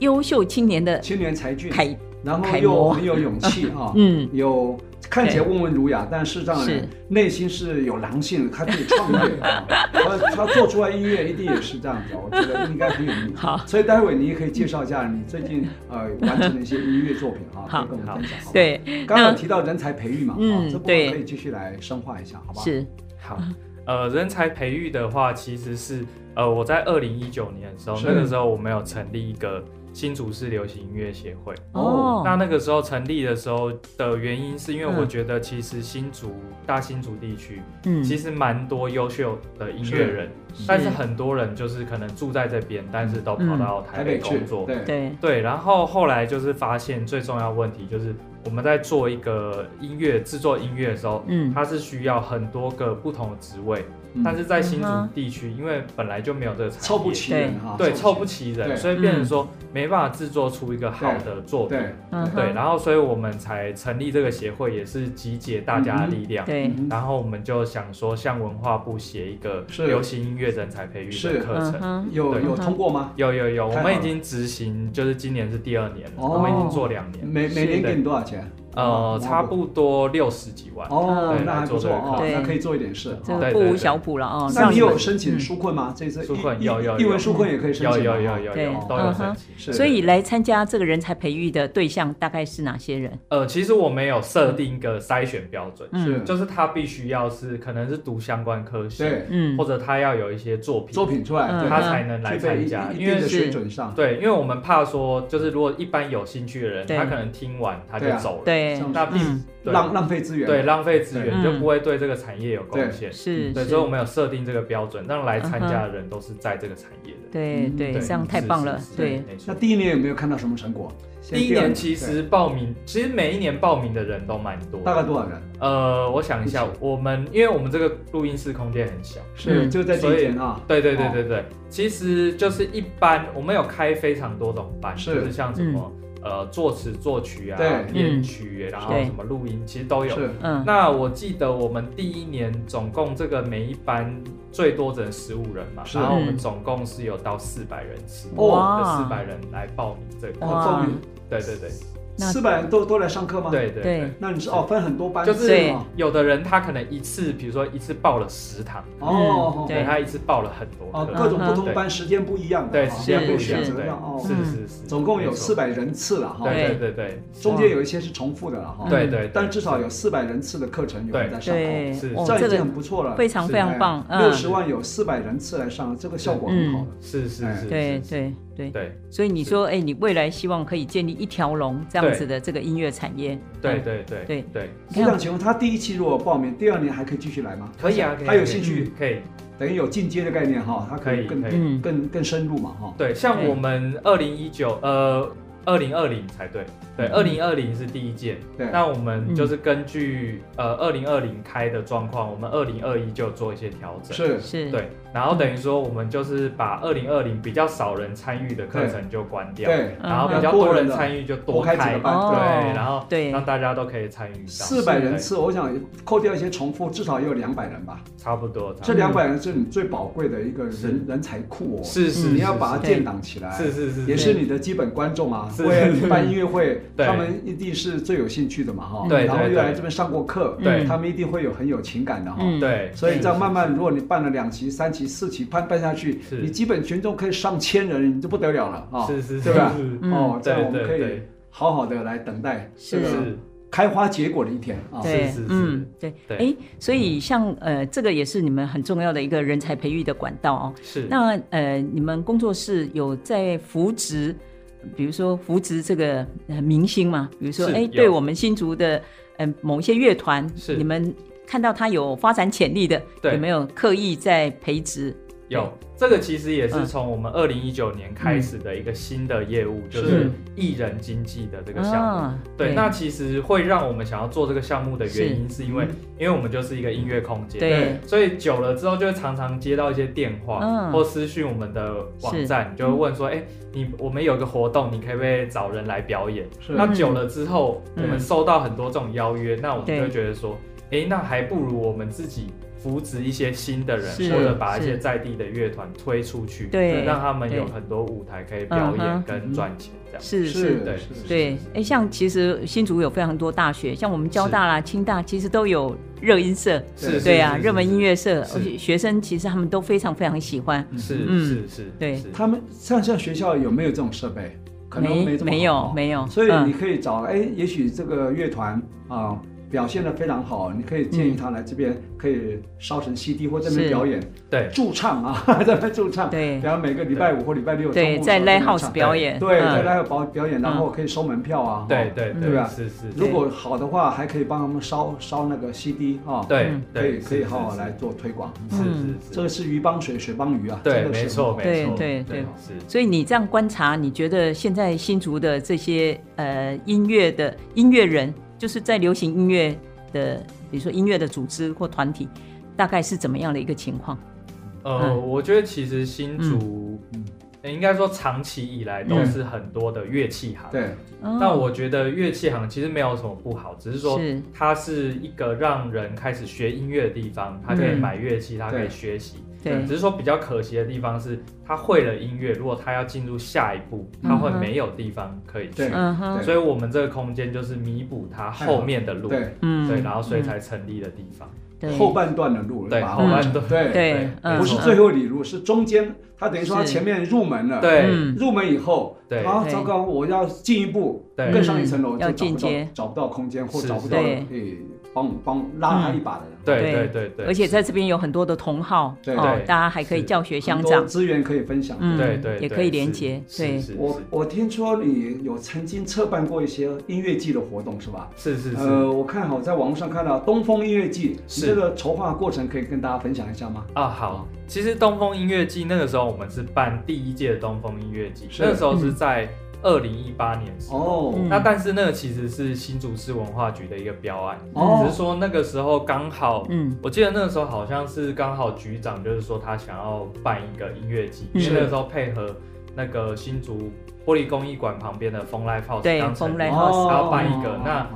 A: 优秀青年的
B: 青年才俊，
A: 凯，
B: 然后
A: 楷
B: 又
A: 模
B: 很有 勇气啊，
A: 嗯，
B: 有看起来温文儒雅，但事实上
A: 是
B: 内心是有狼性的，他自己创业 啊，他他做出来音乐一定也是这样子，我觉得应该很有意思。
A: 好
B: 所以待会你也可以介绍一下你最近呃完成的一些音乐作品啊，可以
A: 好
B: 跟我们分享。好吗，
A: 对，
B: 刚刚有
A: 那
B: 提到人才培育嘛，
A: 嗯
B: 啊，这部
A: 对
B: 分可以继续来深化一下，好不好？
A: 是
C: 好，呃，人才培育的话，其实是呃，我在二零一九年的时候，
B: 是
C: 那个时候我们有成立一个新竹市流行音乐协会。
B: 哦
C: 那那个时候成立的时候的原因，是因为我
B: 嗯
C: 觉得其实新竹、大新竹地区
A: 嗯
C: 其实蛮多优秀的音乐人，但是很多人就是可能住在这边，但是都跑到
A: 嗯
C: 台
B: 台
C: 北
B: 北去
C: 工作。
B: 对
A: 对，
C: 对，然后后来就是发现最重要的问题就是我们在做一个音乐制作音乐的时候，
A: 嗯
C: 它是需要很多个不同的职位，
B: 嗯
C: 但是在新竹
A: 嗯哼
C: 地区，因为本来就没有这个产业，
B: 凑不齐人哈，
C: 对，啊凑不
B: 齐，
C: 齐
B: 对
C: 人，所以变成说没办法制作出一个好的作品。
B: 对，
A: 嗯
C: 对，
A: 哼，
C: 然后所以我们才成立这个协会，也是集结大家的力量。
A: 对，
B: 嗯
C: 然后我们就想说，向文化部写一个
B: 是
C: 流行音乐人才培育
B: 是
C: 的课
A: 嗯
C: 程。
A: 哼，
B: 有
C: 对
B: 有通过吗？
C: 有有有，
B: 太
C: 我
B: 好
C: 们已
B: 了
C: 经执行，就是今年是第二年了，
B: 哦
C: 我们已经做两年了，
B: 每每年
C: 对
B: 给你多少钱？
C: 呃，差不多六十几万。
B: 哦，
C: 对
B: 那还不错哦，
A: 嗯对
B: 那可以做一点事。
A: 这
B: 哦
A: 个
C: 对
A: 不
C: 对
A: 无
C: 对
A: 小补了哦，
B: 那你
A: 们
B: 有申请纾困吗？这次
C: 纾困
B: 一
C: 有有
B: 一
C: 有
B: 文纾困也可以申
C: 有
B: 请
C: 有
B: 嘛，
C: 有
B: 哦
C: 有
A: 对
C: 有都有申请。
B: 是
A: 所以来参加这个人才培育的对象大概是哪些人？嗯
C: 呃，其实我没有设定一个筛选标准，
B: 哦是
C: 就是他必须要是可能是读相关科系，
B: 对
A: 嗯
C: 或者他要有一些作品，
B: 作品出来，
A: 嗯
B: 对
C: 他才能来
B: 具备
C: 参
B: 一
C: 加，
B: 一
C: 因
B: 定
C: 为
B: 的
A: 是
B: 水准上，
C: 对，因为我们怕说，就是如果一般有兴趣的人，
A: 对
C: 他可能听完他就
B: 对啊
C: 走了，
A: 对，
B: 像
C: 那并
A: 嗯
C: 对
B: 浪浪费资源，
C: 对，浪费资
A: 对
C: 源，就不会对这个产业有贡献。
A: 嗯是，
C: 嗯对，
A: 是
C: 所以我们有设定这个标准，让来参
A: 嗯
C: 加
A: 哼
C: 的人都是在这个产业的。
A: 对
B: 嗯
A: 对，
C: 对，
A: 这样太
C: 是
A: 棒
C: 是
A: 了
C: 是，
A: 对，
C: 没错
B: 那第一年有没有看到什么成果？现在
C: 第一
B: 二
C: 年其实报名，其实每一年报名的人都蛮多
B: 对
C: 的。
B: 大概多少人？
C: 呃，我想一下
B: 一起，
C: 我们因为我们这个录音室空间很小，
B: 是
A: 嗯
B: 就在今天啊，
C: 对对对对对，其实就是一般我们有开非常多种班，
B: 是
C: 就是像什么、呃作词作曲啊
B: 对、
C: 编曲，然后
A: 对
C: 什么录音，其实都有。
B: 是
A: 嗯
C: 那我记得我们第一年总共这个每一班最多只能十五人嘛，
B: 是
C: 然后我们
A: 嗯
C: 总共是有到四百人次，
B: 哇
C: 的四百人来报名这个，
A: 哇
B: 哇，
C: 对对对
A: 那
B: 四百人都都来上课吗？，
C: 对对
A: 对
C: 对。
B: 那你是哦分很多班，哦
C: 就是
B: 是吗
C: 有的人他可能一次，比如说一次报了十堂，
B: 哦
A: 嗯，
C: 对
A: 对
C: 他一次报了很多
B: 哦，
C: 课，嗯
B: 各种不同班时间不一样的，
C: 对
B: 哦
C: 时间
B: 可
C: 不
B: 以
C: 一样，
B: 选择
C: 对
B: 的哦，
C: 是是是，
B: 总共有四
C: 百，
B: 百人次了哈，
C: 对对对对
B: 中间有一些是重复的了哈，
C: 对对，
B: 但至少有四百人次的课程有人在上哦，
A: 对
C: 是，
A: 哦
B: 这，样
A: 这
B: 已经
A: 个
B: 很不错了，哎
A: 非常
C: 是
A: 非常棒，
B: 六
A: 嗯，
B: 十万有四百人次来上，这个效果很好的，
C: 是是是，
A: 对对
C: 是
A: 对。
C: 对
A: 所以你说，哎，你未来希望可以建立一条龙这样
C: 对
A: 子的这个音乐产业，
C: 对
A: 嗯，
C: 对对
A: 对
C: 对，
A: 你
B: 这样
A: 看，
B: 请问他第一期如果报名，第二年还可以继续来吗？
C: 可以啊，可以啊
B: 他有兴趣，，
C: 可以可以，
B: 等于有进阶的概念哈，他可以
C: 可以
B: 更
C: 可以
A: 嗯，
B: 更更深入嘛哈。
C: 对，像
A: 对
C: 我们二零一九呃。二零二零才对，对，二零二零是第一届，
B: 嗯对
C: 那我们
A: 嗯
C: 就是根据、呃二零二零开的状况，我们二零二一就做一些调整，
B: 是
A: 是，
C: 对，然后等于说我们就是把二零二零比较少人参与的课程就关掉，
B: 对，
C: 然后
A: 嗯
C: 比较多人参与就多
B: 多开几个班
A: 哦
C: 对，然后
A: 对
C: 让大家都可以参与到
B: 四百人，次，我想扣掉一些重复，至少也有两百人吧。
C: 对差不多，差不
B: 这
C: 多
B: 两百人是你最宝贵的一个
C: 嗯是
B: 人人才库哦，
C: 是是，
B: 你
C: 是
B: 要把它
A: 是
B: 建档起来。
C: 是是是，
B: 也是你的基本观众啊，
C: 是
B: 会办音乐会，
C: 对
B: 他们一定是最有兴趣的嘛哈。
C: 对对
B: 然后又来
C: 对
B: 这边上过课，
C: 对
B: 他们一定会有很有情感的哈。
A: 嗯
C: 对，哦
B: 所以这样慢慢，
C: 是
B: 如果你办了两期、三期、四期，办办下去，
C: 是
B: 你基本群众可以上千人，你就不得了了啊！
C: 是是
B: 对
C: 是
B: 吧
C: 是，
A: 嗯
B: 哦， 这样
C: 对
B: 我们
C: 对
B: 可以
C: 对，
B: 好好的来等待这
A: 对
B: 个
C: 是
B: 开花结果的一天啊！
A: 对
C: 哦是是，
A: 嗯，对，
C: 对嗯
A: 哎，所以像呃，这个也是你们很重要的一个人才培育的管道哦。
C: 是
A: 那呃，你们工作室有在扶植，比如说扶植这个呃明星嘛，比如说
C: 是
A: 哎，
C: 有
A: 对我们新竹的嗯、呃某一些乐团，
C: 是
A: 你们看到他有发展潜力的，
C: 对
A: 有没有刻意在培植？
C: 有这个其实也是从我们二零一九年开始的一个新的业务，就是艺人经济的这个项目。
A: 啊，
C: 对，那其实会让我们想要做这个项目的原因，是因为、
B: 嗯
C: 因为我们就是一个音乐空间，
A: 对
C: 所以久了之后就会常常接到一些电话、
A: 嗯
C: 或私讯我们的网站，你就会问说，哎、你我们有个活动，你可不可以找人来表演？
B: 是
C: 那久了之后，
A: 嗯
C: 我们收到很多这种邀约，那我们
A: 对
C: 就会觉得说，哎、那还不如我们自己扶植一些新的人，
A: 是
C: 或者把一些
A: 是
C: 在地的乐团推出去，
A: 对
C: 让他们有
A: 对
C: 很多舞台可以表
A: 嗯哼
C: 演跟赚钱这样。
A: 是是
B: 是，
C: 对
B: 是是
A: 对，哎，像其实新竹有非常多大学，像我们交大啦、清大，其实都有热音社，
C: 是
B: 对
C: 是
A: 对啊，
C: 是
A: 热门音乐社，
C: 是
A: 而且学生其实他们都非常非常喜欢。
C: 是
A: 嗯
C: 是是，
A: 对
C: 是
B: 他们像像学校有没有这种设备？可能没这么
A: 没有
B: 好
A: 没有，
B: 所以
A: 嗯
B: 你可以找哎、也许这个乐团啊表现的非常好，你可以建议他来这边可以烧成 CD 或这边
A: 是
B: 表演
C: 对
B: 驻唱啊， 在那边驻唱，
A: 对
B: 然后每个礼拜五或礼拜六
A: 对
B: 中午
A: 在
B: 的时候
A: live
B: 这边
A: house
B: 唱
A: 表演
B: 对，
A: 嗯
B: 在 live house 表表演，然后可以收门票啊，
C: 对
B: 哦。
C: 对
A: 嗯
C: 对
B: 对吧
C: 是是，是
B: 如果好的话，还可以帮他们烧烧那个 CD 啊，，
C: 对
A: 嗯
B: 可以
C: 对，
B: 可以
C: 是
B: 好好，
C: 是
B: 来做推广。
C: 是
A: 嗯
C: 是是
B: 这个是鱼帮水，水帮鱼啊，
C: 对
B: 真，的是
C: 没错，
B: 很好
C: 没错，
A: 对对对
C: 是
A: 所以你这样观察，你觉得现在新竹的这些呃音乐的音乐人，就是在流行音乐的，比如说音乐的组织或团体，大概是怎么样的一个情况？
C: 呃，
A: 嗯
C: 我觉得其实新竹
B: 嗯。
C: 呃应该说，长期以来
A: 嗯
C: 都是很多的乐器行。
B: 对，
A: 哦
C: 但我觉得乐器行其实没有什么不好，只是说
A: 嗯是
C: 它是一个让人开始学音乐的地方，他可以
A: 嗯
C: 买乐器，他可以
B: 对
C: 学习。
A: 对
C: 只是说比较可惜的地方是，他会了音乐，如果他要进入下一步，他会
A: 嗯哼
C: 没有地方可以去
B: 对。
A: 嗯哼，
B: 对
C: 所以我们这个空间就是弥补它后面的路，
B: 对
A: 嗯
C: 对，然后所以才成立的地方，
A: 对
B: 后半段的路，
C: 对，
B: 把
C: 后半段，
B: 对
A: 对嗯
B: 不是最后一里路，是中间，他等于说他
A: 是
B: 前面入门了，，
C: 对
A: 嗯
B: 入门以后，
C: 对
B: 啊，
A: 对
B: 糟糕，我要进一步，
C: 对
B: 更上一层楼，
A: 嗯
B: 就
A: 要
B: 找
A: 进
B: 不到
A: 阶
B: 找不到空间或
C: 是嗯
B: 找不到
A: 对
B: 可以帮我帮我拉他一把的人，
A: 对
C: 对对对对，
A: 而且在这边有很多的同好，哦
B: 对
C: 对
A: 大家还可以
C: 是
A: 教学相
B: 很多
A: 长，
B: 资源可以分享。
A: 嗯
C: 对对
A: 也可以连结对
C: 对是
B: 我我听说你有曾经策办过一些音乐季的活动是吧？
C: 是是是
B: 呃，
C: 是
B: 我看好在网络上看到东风音乐季，你
C: 是
B: 这个筹划过程可以跟大家分享一下吗？
C: 啊好，其实东风音乐季那个时候我们是办第一届的东风音乐季，
B: 是
C: 那个时候是在二零一八年时候
B: 哦，
A: 嗯
C: 那但是那个其实是新竹市文化局的一个标案，
B: 哦
C: 只是说那个时候刚好，
A: 嗯
C: 我记得那个时候好像是刚好局长就是说他想要办一个音乐季，
A: 嗯
C: 因为那个时候配合那个新竹玻璃工艺馆旁边的风 l i f e house
A: 对
C: 刚成
A: Fong
C: 立
A: Live
C: 他要办一个，那
B: 哦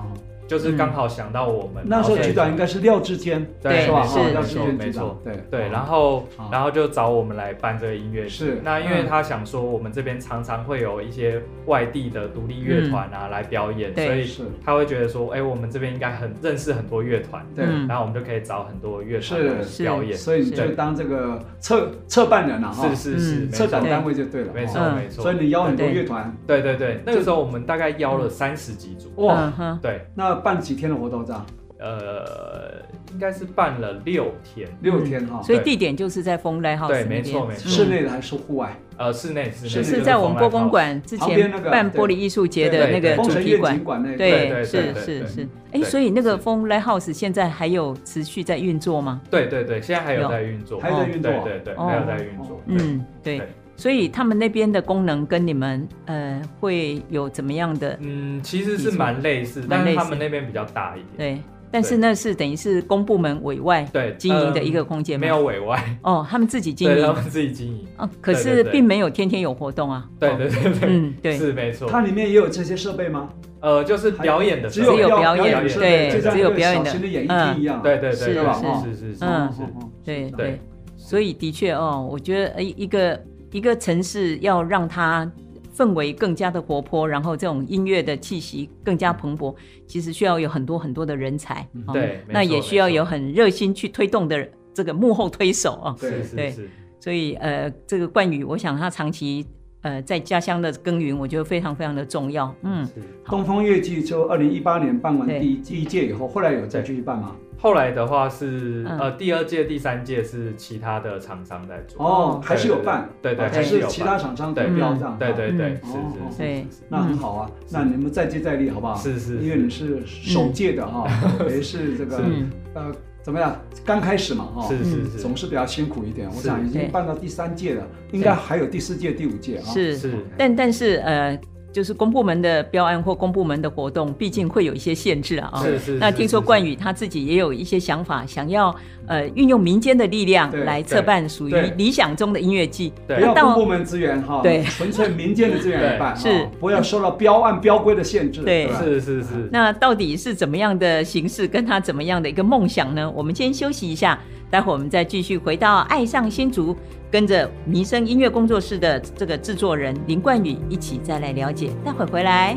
C: 就是刚好想到我们，
B: 那时候
C: 然后
B: 局长应该是廖志坚，
C: 对
B: 是吧？
A: 是
B: 哦廖
C: 没
B: 志
C: 错
B: 坚
C: 没
B: 局长
C: 错，
B: 对
C: 对，
B: 后
C: 然后
B: 好
C: 然后就找我们来办这个音乐季
B: 是
C: 那因为他想说，我们这边常常会有一些外地的独立乐团啊、来表演，
A: 对
C: 所以
B: 是
C: 他会觉得说，哎、我们这边应该很认识很多乐团，
B: 对
A: 嗯
C: 然后我们就可以找很多乐团
B: 是
C: 来表演，
B: 所以你
A: 是
B: 就当这个策策办人了哈，
C: 是是是，
A: 嗯
C: 没
B: 策
C: 错
B: 展单位就对了，
C: 没错、
B: 哦
A: 嗯
C: 没错，
B: 所以你邀很多
A: 对
B: 乐团，
C: 对对对，那个时候我们大概邀了三十几组，
A: 嗯
B: 哇，
A: 哼，
C: 对，嗯
B: 那办几天的活动这样？
C: 呃，应该是办了六天，
B: 六天哈，
A: 所以地点就是在风来 house
C: 哦对
A: 那
C: 没
A: 边，嗯
C: 错没错
B: 室内的还是户外？
C: 呃，室内室内
B: 是
C: 就
A: 就是在我们
C: 蓬莱
A: 国公
C: 号
A: 馆之
B: 旁边那
A: 前
B: 个
A: 办
B: 对
A: 玻璃艺术节的那个
C: 对
B: 丰
A: 主
B: 城
A: 题
B: 夜
A: 馆
B: 景。馆那
C: 对
A: 对，
C: 对
A: 是
C: 对
A: 是
C: 对
A: 是。哎，
C: 对
A: 所以那个
C: 是
A: 风 Live House 现在还有持续在运作吗？
C: 对对对，现在还有
A: 有
C: 在运作，
B: 还有在运作
C: 对对对，
A: 哦
C: 还有在运作。对，
A: 嗯，对
C: 对。
A: 所以他们那边的功能跟你们呃会有怎么样的？
C: 嗯，其实是蛮类似，但
A: 蛮类
C: 是
A: 似
C: 他们那边比较大一点。
A: 对，但是那是等于是公部门委外
C: 对，
A: 经营的一个
C: 呃
A: 空间吗
C: 没有委外，
A: 哦，他们自己经
C: 对，他
A: 营。
C: 们自己经营。
A: 哦，可
C: 对
A: 是
C: 对对
A: 并没有天天有活动啊。
C: 对对对对，
A: 嗯，对，
C: 是没错
B: 它。里面也有这些设备吗？
C: 呃，就是表演的时
B: 只
C: 候
B: 有
A: 只有
B: 表
A: 表
C: 演
B: 演设备，
C: 对
B: 就像
A: 只有
B: 一个
A: 表演
B: 小型
A: 的
B: 的演艺
A: 嗯
B: 厅一样，啊
C: 对对
A: 是
C: 对，对
B: 吧哦
C: 是是是是，
A: 嗯
B: 哦，哦哦
A: 对
C: 对
A: 对。所以的确哦，我觉得呃一个一个城市要让它氛围更加的活泼，然后这种音乐的气息更加蓬勃，其实需要有很多很多的人才。哦
C: 嗯对没错
A: 那也需要
C: 没错
A: 有很热心去推动的这个幕后推手啊、哦。
C: 是
B: 对
C: 是
A: 对
C: 是，
A: 所以呃，这个冠宇，我想他长期呃在家乡的耕耘，我觉得非常非常的重要。嗯，
C: 是。
B: 东风乐季就二零一八年办完
A: 对
B: 第一第一届以后，后来有再继续办吗？
C: 后来的话是
A: 嗯
C: 呃，第二届、第三届是其他的厂商在做。
B: 哦，
A: 对
B: 还是有办，
C: 对对，
B: 哦
C: 对
B: 只
C: 还是
B: 是
C: 有
B: 其
C: 办
B: 他厂商
C: 对
B: 对标这样，
C: 对对对，
B: 嗯哦
C: 是
A: 对
C: 是是是
B: 那很好啊，那你们再接再厉好不好？
C: 是是是 嗯
B: 因为你是首届的哈，也是这个
A: 嗯
B: 呃怎么样？刚开始嘛，哈、
C: 是是是，
B: 总是比较辛苦一点。我
C: 是
B: 想已
A: 对
B: 经办到第三届了，应该还有第四届、第五届啊。
A: 是
C: 是
A: 但但是呃，就是公部门的标案或公部门的活动，毕竟会有一些限制啊。
C: 是是。
A: 那
C: 是
A: 听说
C: 是
A: 冠宇他自己也有一些想法，想要呃运用民间的力量
B: 对
A: 来策办属于
B: 对
A: 理想中的音乐季。
B: 不
C: 对
B: 要
A: 那
B: 公
A: 到
B: 部门资源哈，
A: 对
B: 纯粹民间的资源来办，
A: 对是
B: 哈不要受到标案标规的限制，
A: 对
B: 吧
C: 是是是，
A: 那到底是怎么样的形式，跟他怎么样的一个梦想呢？我们先休息一下，待会我们再继续回到爱上新竹，跟着民生音乐工作室的这个制作人林冠宇一起再来了解。待会回来。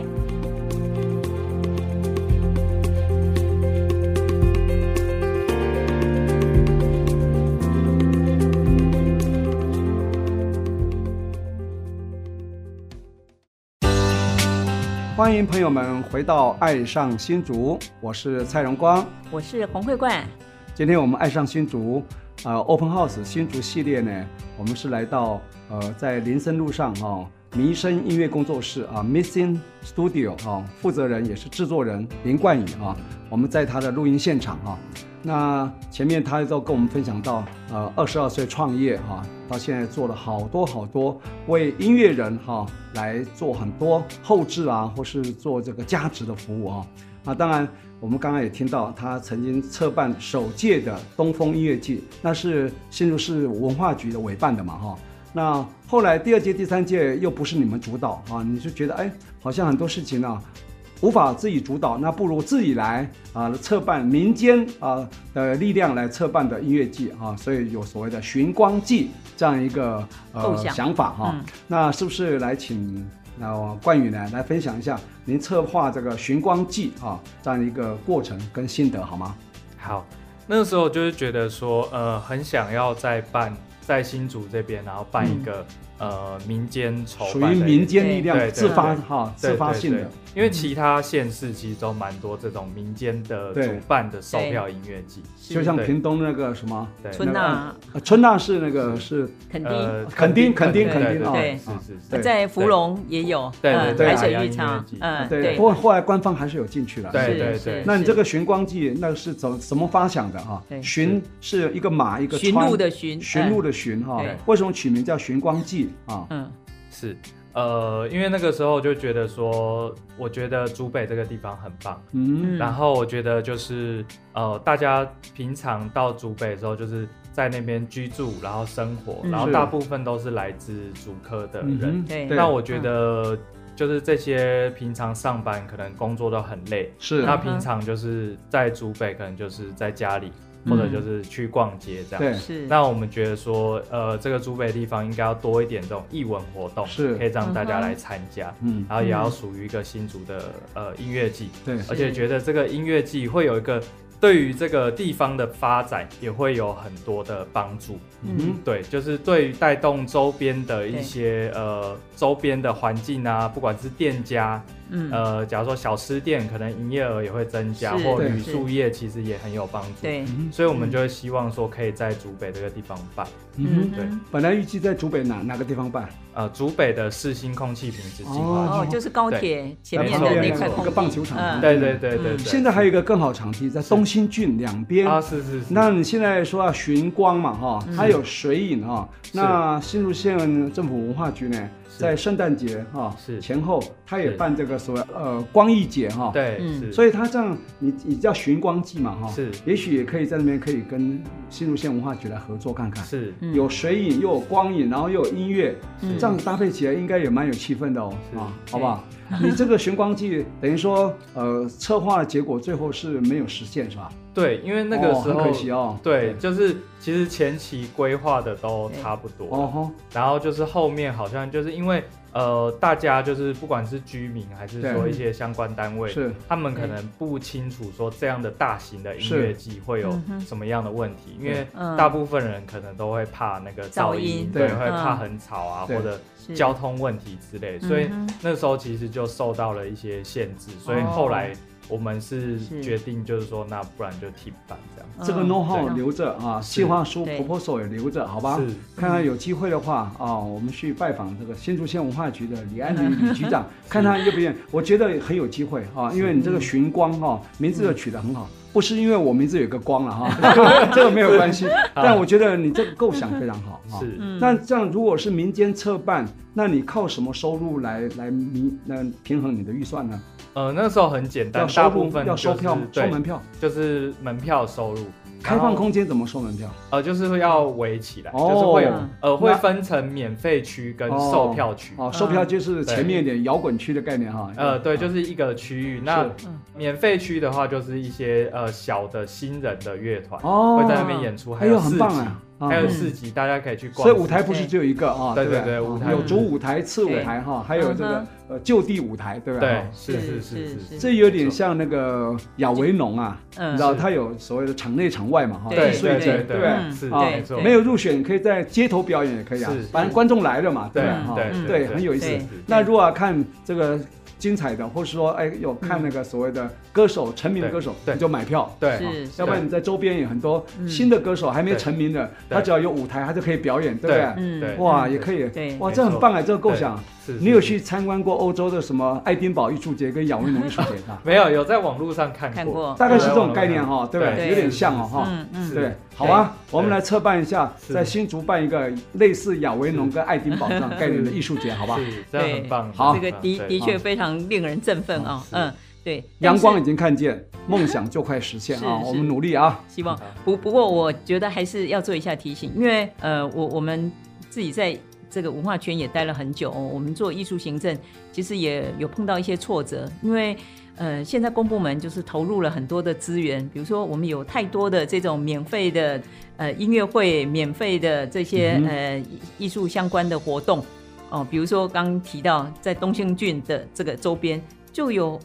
B: 欢迎朋友们回到《爱上新竹》，我是蔡荣光。
A: 我是洪慧冠，
B: 今天我们《爱上新竹》呃 Open House 新竹系列呢，我们是来到呃在林森路上哈、哦、民生音乐工作室啊 Missing Studio 哦，负责人也是制作人林冠宇啊，我们在他的录音现场啊。那前面他都跟我们分享到，呃，二十二岁创业哈、到现在做了好多好多，为音乐人哈、来做很多后置啊，或是做这个价值的服务啊。啊，当然，我们刚刚也听到他曾经策办首届的东风音乐季，那是新竹市文化局的委办的嘛，哈、那后来第二届、第三届又不是你们主导啊，你就觉得哎，好像很多事情啊，无法自己主导，那不如自己来啊策办民间啊的力量来策办的音乐季啊，所以有所谓的寻光季这样一个
A: 构
B: 呃
A: 想
B: 想法哈、
A: 嗯
B: 那是不是来请那我冠宇呢来分享一下您策划这个寻光季啊这样一个过程跟心得好吗？
C: 好，那个时候就是觉得说，呃，很想要再办在新竹这边，然后办一个、呃民间筹
B: 嗯属
C: 办
B: 于
C: 的
B: 民间力
C: 对
B: 量
C: 对
B: 自发
C: 对
B: 哈、
C: 对
B: 自发性的
C: 对对因为其他县市其实都蛮多这种民间的
B: 对
C: 主办的售票音乐季，
B: 就像
C: 对
B: 屏东那个什么。
C: 对，
A: 春娜、
B: 呃春娜是那个是
A: 肯定
C: 呃，
B: 垦丁垦丁
C: 对
B: 垦丁
C: 对
B: 啊
C: 对
A: 啊
C: 是是是，
B: 对
A: 在芙蓉也有，
C: 对
A: 嗯
C: 对对
A: 海水
C: 海洋
A: 浴
C: 音乐
A: 场
C: 季，
A: 嗯，
B: 对，
A: 对
B: 不。过后来官方还是有进去了。
C: 对
A: 是
C: 对
A: 是
C: 对，
B: 那你这个寻光记那是怎怎么发想的啊
A: 对？
B: 寻是一个马一个
A: 寻
B: 川哎
A: 路的寻，
B: 寻路的寻哈
A: 对，
B: 为什么取名叫寻光记啊？
A: 嗯，
C: 是呃，因为那个时候就觉得说，我觉得竹北这个地方很棒。
B: 嗯
A: 嗯，
C: 然后我觉得就是呃，大家平常到竹北的时候，就是在那边居住，然后生活，
A: 嗯
C: 然后
B: 是
C: 大部分都是来自竹科的
B: 嗯
C: 人
B: 哼。
A: 对
C: 那我觉得就是这些平常上班可能工作都很累，
B: 是嗯
C: 那平常就是在竹北可能就是在家里，
B: 嗯
C: 或者就是去逛街这样。
B: 对
A: 嗯是，
C: 那我们觉得说，呃，这个竹北地方应该要多一点这种艺文活动，
B: 是
C: 可以让大
A: 嗯
C: 家
A: 哼
C: 来参加，
B: 嗯
C: 然后也要属于一个新竹的呃音乐季，
B: 对
C: 而且觉得这个音乐季会有一个对于这个地方的发展也会有很多的帮助。
B: 嗯
C: 对，就是对于带动周边的一些呃周边的环境啊，不管是店家，
A: 嗯，
C: 呃，假如说小吃店，可能营业额也会增加，
A: 是
C: 或
B: 对
C: 旅宿业其实也很有帮助。，
A: 对，
C: 所以我们就会希望说可以在竹北这个地方办，
B: 嗯
A: 嗯
B: 哼，
C: 对
A: 哼
B: 本来预计在竹北哪哪个地方办？
C: 呃，竹北的市心空气品质净化。
A: 哦，就是高铁前面的
C: 没错
A: 那
C: 没
A: 块
C: 错
A: 空
B: 一个
A: 地
B: 棒球场
A: 嗯
C: 对对对对对。
B: 现在还有一个更好场地在东兴郡两边
C: 啊，是是是。
B: 那你现在说要寻光嘛，哈，它有水影哈。
C: 是
B: 那新竹县政府文化局呢，
C: 是
B: 在圣诞节哈
C: 是
B: 前后，它也
C: 是
B: 办这个所谓呃光艺节哈。。
C: 对，
A: 嗯
C: 是，
B: 所以它这样，你你叫寻光记嘛哈。
C: 是
B: 也许也可以在那边可以跟新竹县文化局来合作看看。
C: 是
A: 嗯
B: 有水影，又有光影，然后又有音乐，
A: 嗯
B: 这样搭配起来应该也蛮有气氛的哦，
C: 是
B: 啊，好 不好？你这个寻光记等于说，呃，策划的结果最后是没有实现，是吧？
C: 对，因为那个
B: 哦
C: 时候、
B: 很可惜哦。
C: 对，就是其实前期规划的都差不多，
B: 哦吼，
C: 然后就是后面好像就是因为呃，大家就是不管是居民还是说
B: 对
C: 一些相关单位，
B: 是
C: 他们可能不清楚说这样的大型的音乐季会有
A: 嗯哼
C: 什么样的问题，因为
A: 嗯
C: 大部分人可能都会怕那个
A: 噪
C: 噪
A: 音
C: 音，
B: 对
C: 对，会怕
A: 嗯
C: 很吵啊，
B: 对
C: 或者
A: 是
C: 交通问题之类，所以
A: 嗯哼哦
C: 那时候其实就受到了一些限制，所以后来我们是
A: 是
C: 决定就是说，那不然就停办这样。
B: 这个
A: 嗯
B: know how
A: 对
B: 留着啊，计划书、
A: 对
B: proposal 也留着，好吧
C: 是？
B: 看看有机会的话啊，我们去拜访这个新竹县文化局的李 安林李局啊
C: 嗯
B: 长，看他愿不愿意。我觉得很有机会啊，因为你这个寻光哈、名字就取得很好。不是因为我名字有个光了哈， 这个没有关 系。但我觉得你这个构想非常好哈。
C: 是
A: 嗯
B: 那这样，如果是民间策办，那你靠什么收入来来弥来平衡你的预算呢？
C: 呃那时候很简单
B: 要，收
C: 大部
B: 入
C: 分
B: 要
C: 就
B: 收
C: 是
B: 票吗收
C: 对
B: 门票，
C: 就是门票收入。
B: 开放
C: 然后
B: 空间怎么收门票？
C: 呃，就是要围起来，
B: 哦
C: 就是会有
A: 嗯
C: 呃会
B: 那
C: 分成免费区跟售票区。
B: 哦，嗯售票
A: 嗯
B: 就是前面一点摇滚区的概念哈。
C: 呃，对，就是是一个区域。那
A: 嗯
C: 免费区的话，就是一些呃小的新人的乐团
B: 哦，
C: 会在那边演出，还
B: 哎呦，
C: 有市
B: 很
C: 集
B: 棒，啊！啊
C: 还有
A: 嗯
C: 市集，大家可以去
B: 所
C: 逛市
B: 以
C: 集。
B: 舞台不是只有一个啊，
C: 对
B: 对不
C: 对对舞台
B: 有主舞台、次舞
A: 对
B: 台哈，还有这
A: 嗯
B: 个呃就地舞台，对吧？
C: 对
B: 哈，
C: 是
A: 是
C: 是
A: 是
C: 是
A: 是
C: 是，
B: 啊这有点像那个亚维农啊，你
A: 嗯
B: 知道它有所谓的场内场外嘛哈，
C: 对
A: 对
B: 所以
C: 对
B: 这
C: 对
B: 对不
A: 嗯
B: 对？
C: 是
B: 啊
C: 没错，
A: 对
B: 没有入选，可以在街头表演也可以啊
C: 是，
B: 反正观众来了嘛，
C: 对
B: 不
A: 嗯
B: 哈？
C: 对
B: 对，很有意思
A: 对。
B: 那如果要看这个精彩的，或是说哎有看那个所谓的歌手成名的歌手，
C: 对
B: 你就买票。
C: 对
A: 是是
B: 要不然你在周边有很多
A: 嗯
B: 新的歌手还没
C: 对
B: 成名的，
C: 对
B: 他只要有舞台，他就可以表演，对不
C: 对
B: 对？
A: 嗯
C: 对，
B: 哇，
C: 嗯
B: 也可以
A: 对，
B: 哇，
C: 没
B: 这很
C: 错
B: 棒哎，这个构想。
C: 是
B: 你有？
C: 是？
B: 去参观过欧洲的什么爱丁堡艺术节跟亚维农艺术节吧
C: 没有，有在网络上看
A: 看过
B: 大概是这种概念哈，对不
A: 对
B: 对？有点像哦哈。
A: 嗯嗯，
B: 对，好啊，
C: 对
B: 我们来策办一下，
C: 是
B: 在新竹办一个类似亚维农跟爱丁堡这样概念的艺术节，好吧？
C: 是，这样
A: 对
C: 很棒。
B: 好
A: 这个的的确
B: 好
A: 非常令人振奋啊，
C: 是
A: 嗯，对，但
B: 阳
A: 是
B: 光已经看见，梦想就快实现啊！
A: 是是
B: 我们努力啊！
A: 希望不不过我觉得还是要做一下提醒，因为呃，我我们自己在这个文化圈也待了很久、哦我们做艺术行政其实也有碰到一些挫折，因为。呃，现在公部门就是投入了很多的资源，比如说我们有太多的这种免费的呃音乐会、免费的这些、
B: 嗯哼
A: 呃艺艺术相关的活动哦，比如说刚提到在东兴郡的这个周边就有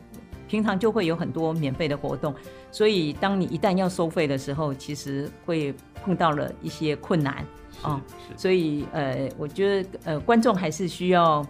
A: 平常就会有很多免费的活动，所以当你一旦要收费的时候，其实会碰到了一些困难哦。所以呃，我觉得呃，观众还是需要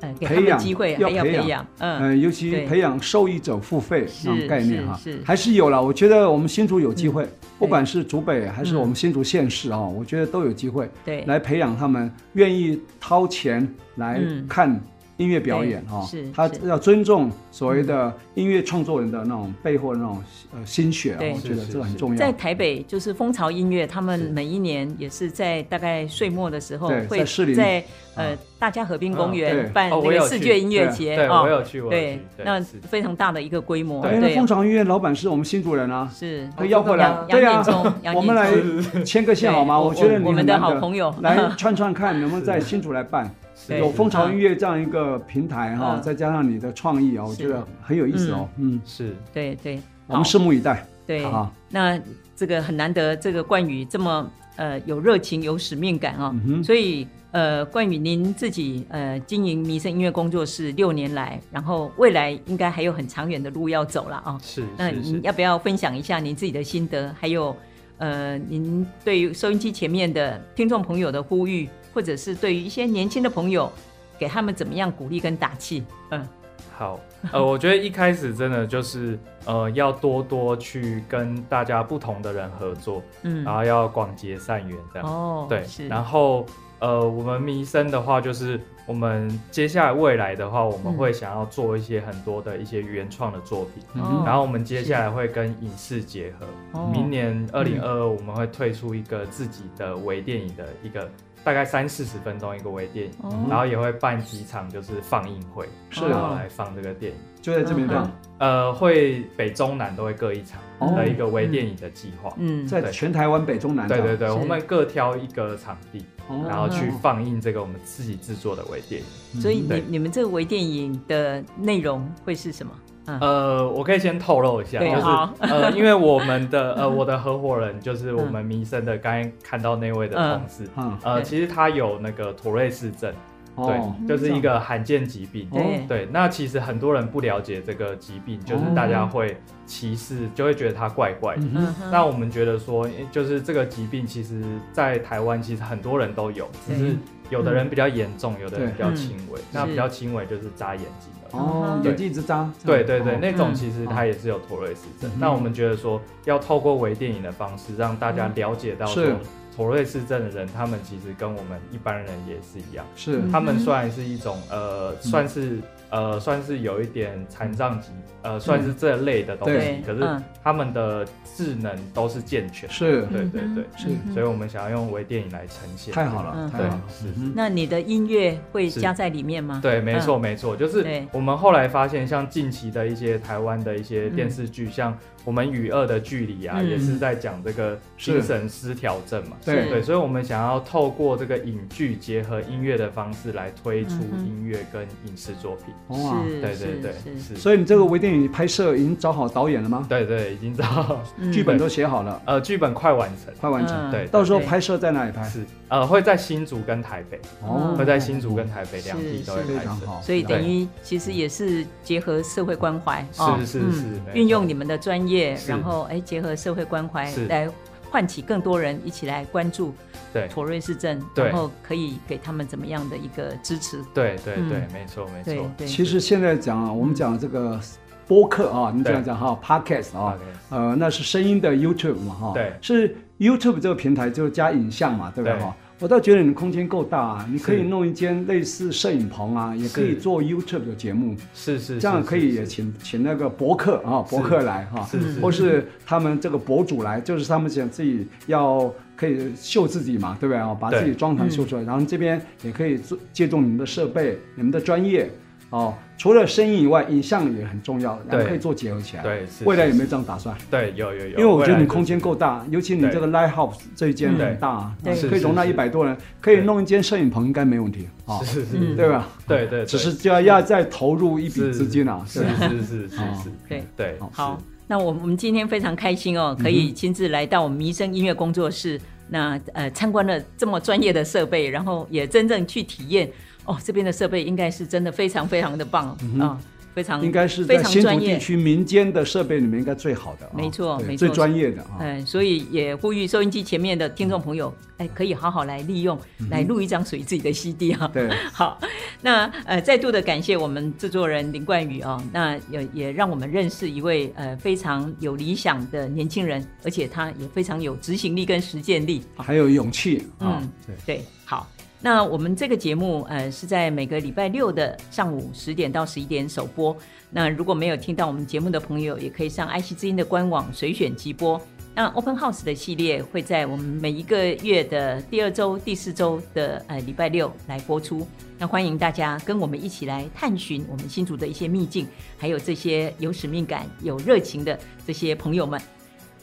A: 呃给他
B: 培
A: 们
B: 养
A: 机会，
B: 要
A: 还要
B: 培
A: 培
B: 养
A: 养，嗯，
B: 嗯，尤其
A: 对
B: 培养受益者付费
A: 是
B: 这种概念哈
A: 是是，
B: 还是有了。我觉得我们新竹有机会，不
A: 对
B: 管是竹北还是
A: 嗯
B: 我们新竹县市啊，我觉得都有机会。
A: 对，
B: 来培养他们愿意掏钱来
A: 嗯
B: 看音乐表演哈、
A: 是
B: 他
A: 是嗯
B: 要尊重所谓的音乐创作人的那种背后的那种呃心血啊，
A: 对
B: 我觉得
C: 是
B: 这个
C: 是
B: 很
C: 是
B: 重
A: 在
B: 要。
A: 台北，就是蜂巢音乐，他们
C: 是
A: 每一年也是在大概岁末的时候
B: 对，
A: 会
B: 在士林
A: 在呃
B: 啊
A: 大家河滨公
B: 嗯对
A: 园办
C: 哦
A: 那
C: 我有
A: 个
C: 去
A: 世界音乐节
C: 对，
A: 哦
C: 我有去，我有
A: 对
C: 去，
A: 那
C: 是
A: 非常大的一个规模，
C: 对
B: 哎，那
A: 对哦
B: 蜂，巢音乐老板是我们新竹人啊，
A: 是
B: 可以要回来
A: 杨，
B: 对
A: 杨
B: 啊
A: 建忠，杨
B: 我
A: 建
B: 们来
A: 忠
B: 牵个线
A: 对
B: 好吗？
A: 我
B: 我觉得
A: 我
B: 你
A: 我们
B: 很
A: 的
B: 难
A: 好
B: 得
A: 朋友
B: 来串串看能不能在新竹来办。
C: 是
A: 对
B: 有蜂巢
A: 嗯
B: 音乐这样一个平台哈、
A: 嗯
B: 再加上你的创意啊、我
A: 是
B: 觉得很有意思哦。嗯，
C: 是
A: 对对，
B: 我们拭目以待。啊
A: 对，哦
B: 好，
A: 那这个很难得，这个冠宇这么呃有热情、有使命感啊、
B: 嗯哼
A: 所以呃，冠宇您自己呃经营迷声音乐工作室六年来，然后未来应该还有很长远的路要走了啊、
C: 是
A: 那
C: 是是
A: 您。要不要分享一下您自己的心得，还有呃您对于收音机前面的听众朋友的呼吁，或者是对于一些年轻的朋友，给他们怎么样鼓励跟打气？嗯，
C: 好，呃，我觉得一开始真的就是呃，要多多去跟大家不同的人合作，
A: 嗯
C: 然后要广结善缘这样。
A: 哦
C: 啊对
A: 是，，
C: 然后呃，我们迷生的话，就是我们接下来未来的话，我们
A: 嗯
C: 会想要做一些很多的一些原创的作品，
B: 嗯
A: 哦
B: 哼
C: 然后我们接下来会跟影视结合。
A: 哦
C: 明年二零二二，我们会推出一个自己的微电影的一个大概三四十分钟一个微电影，
A: 哦
C: 然后也会办几场就是放映会，
B: 是
C: 然后来放这个电影。
B: 就在
A: 嗯
B: 这边办，
C: 呃，会北中南都会各一场的一个微电影的计划。
A: 哦嗯
B: 在全台湾北中南
C: 对
B: 这样
C: 对
A: 是
C: 对，我们各挑一个场地，
B: 哦
C: 然后去放映这个我们自己制作的微电影。
A: 嗯所以你
C: 对
A: 你们这个微电影的内容会是什么？嗯，
C: 呃，我可以先透露一下，
A: 对
C: 就是
A: 好嗯
C: 呃，因为我们的呃我的合伙人就是我们民生的刚才看到那位的同事，
B: 嗯，
C: 呃，
A: 对
C: 其实他有那个妥瑞氏症，
B: 哦，
C: 对，就是一个罕见疾病。
A: 对
C: 对，那其实很多人不了解这个疾病，就是大家会歧视，就会觉得他怪怪的。
B: 嗯
A: 哼
C: 那我们觉得说，诶就是这个疾病，其实在台湾其实很多人都有，只
A: 嗯
C: 是有的人比较严重，有的人比较轻微。那比较轻微就是扎眼睛
B: 哼
C: 的。
B: 哦，
A: 对
B: 眼睛一直眨，
C: 对对对，
B: 哦
C: 那
A: 嗯
C: 种其实它也是
A: 嗯
C: 有妥瑞氏症。那我们觉得说，要透过微电影的方式，让大家了解到说
B: 是
C: 妥瑞氏症的人，他们其实跟我们一般人也是一样，
A: 嗯
B: 是
C: 他们虽然是一种呃，算是呃，算是有一点残障疾，呃，算是这类的东西
A: 嗯对，
C: 可
A: 嗯
C: 是他们的智能都是健全，
B: 是
C: 对对对，
B: 是
C: 所以我们想要用微电影来呈现，
B: 太好了，
A: 嗯
B: 太
C: 对
B: 好了，
C: 是
B: 嗯
A: 那你的音乐会加在里面吗？，
C: 对，没错，没错，就是
A: 嗯对
C: 我们后来发现，像近期的一些台湾的一些电视剧，像我们《与恶的距离》啊，
A: 嗯
C: 也是在讲这个
B: 是
C: 精神失调症嘛。
B: 对
A: 是
C: 对，所以我们想要透过这个影剧结合音乐的方式来推出
A: 嗯哼
C: 音乐跟影视作品。
B: 哇，
A: 是，
C: 对对
A: 是
C: 对，
A: 是，
C: 是，
B: 所以你这个微电影拍摄已经找好导演了吗？
C: 对对，已经知道，
A: 嗯
B: 剧本都写好了，
C: 呃，剧本快完成。
B: 快完成。
A: 嗯
C: 对，
B: 到时候
A: 对
B: 拍摄在哪里拍？
C: 是呃会在新竹跟台北，
B: 哦
C: 会在新竹跟台北两地都会
B: 非
C: 拍
B: 常
C: 摄。
B: 好，
A: 所以等于其实也是结合社会关怀，哦
C: 是是
A: 嗯
C: 是，没
A: 运用
C: 错
A: 你们的专业，
C: 是
A: 然后哎结合社会关怀
C: 是
A: 来唤起更多人一起来关注
C: 对
A: 妥瑞氏症，
C: 对
A: 然后可以给他们怎么样的一个支持？
C: 对对
A: 嗯
C: 对，没错没
A: 对
C: 错。
A: 对，
B: 其实现在讲啊，我们讲这个播客啊，你这样讲哈，podcast 啊
C: 大，概是
B: 呃，那是声音的 YouTube 嘛哈，
C: 对
B: 是 YouTube 这个平台就加影像嘛，对不对
C: 对
B: 哈？我倒觉得你的空间够大啊，你可以
C: 是
B: 弄一间类似摄影棚啊，也可以
C: 是
B: 做 YouTube 的节目，
C: 是是，
B: 这样
C: 是
B: 可以也
C: 是
B: 请请那个博客啊，博客来哈，
C: 是是
B: 或是他们这个博主来，就是他们想自己要可以秀自己嘛，对不对啊？把
C: 对嗯
B: 自己装潢秀出来，然后这边也可以做借助你们的设备、你们的专业哦。除了声音以外，影像也很重要，然后
C: 对
B: 可以做结合起来。
C: 对是
B: 未来有
C: 是
B: 没有这样打算？
C: 对有有有，
B: 因为我觉
C: 未
B: 得
C: 来
B: 你
C: 就
B: 空
C: 是
B: 间够大，尤其你
C: 对
B: 这个 live house 这一间
A: 嗯
B: 很大啊，
A: 对
B: 可以容纳
C: 是
B: 一
C: 是
B: 百多人，可以
C: 对
B: 弄一间摄影棚应该没问题啊，哦
C: 是是
A: 嗯
C: 是，
B: 对吧？
C: 对对，
B: 只
C: 对
B: 是就要要再投入一笔资金啊，
C: 是
B: 对吧
C: 是是是
B: 哦
C: 是，
A: 对
C: 对
B: 好
A: 好，那我我们今天非常开心
B: 嗯
A: 哦，可以亲自来到我们弥生音乐工作室，那呃参观了这么专业的设备，然后也真正去体验哦，这边的设备应该是真的非常非常的棒啊、非常
B: 嗯应该是
A: 嗯非
B: 在
A: 常
B: 新竹
A: 专
B: 地
A: 业。
B: 区民间的设备里面应该最好的啊，
A: 没错
B: 对
A: 没错
B: 最专业的啊，
A: 嗯，所以也呼吁收音机前面的听众朋友，哎，可以好好来利用，
B: 嗯
A: 来录一张属于自己的 CD 啊。
B: 对，
A: 好，那呃，再度的感谢我们制作人林冠宇哦，那也也让我们认识一位呃非常有理想的年轻人，而且他也非常有执行力跟实践力。
B: 还有勇气啊
A: 嗯，
B: 对，
A: 对，好。那我们这个节目，呃，是在每个礼拜六的上午十点到十一点首播。那如果没有听到我们节目的朋友，也可以上爱惜之音的官网随选即播。那 Open House 的系列会在我们每一个月的第二周、第四周的呃礼拜六来播出。那欢迎大家跟我们一起来探寻我们新竹的一些秘境，还有这些有使命感、有热情的这些朋友们。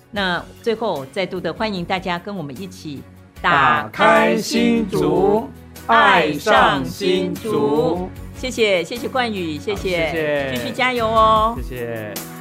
A: 那最后再度的欢迎大家跟我们一起打开心竹，爱上新竹。谢谢谢谢冠宇，谢
C: 好谢谢
A: 继续加油哦
C: 谢。谢。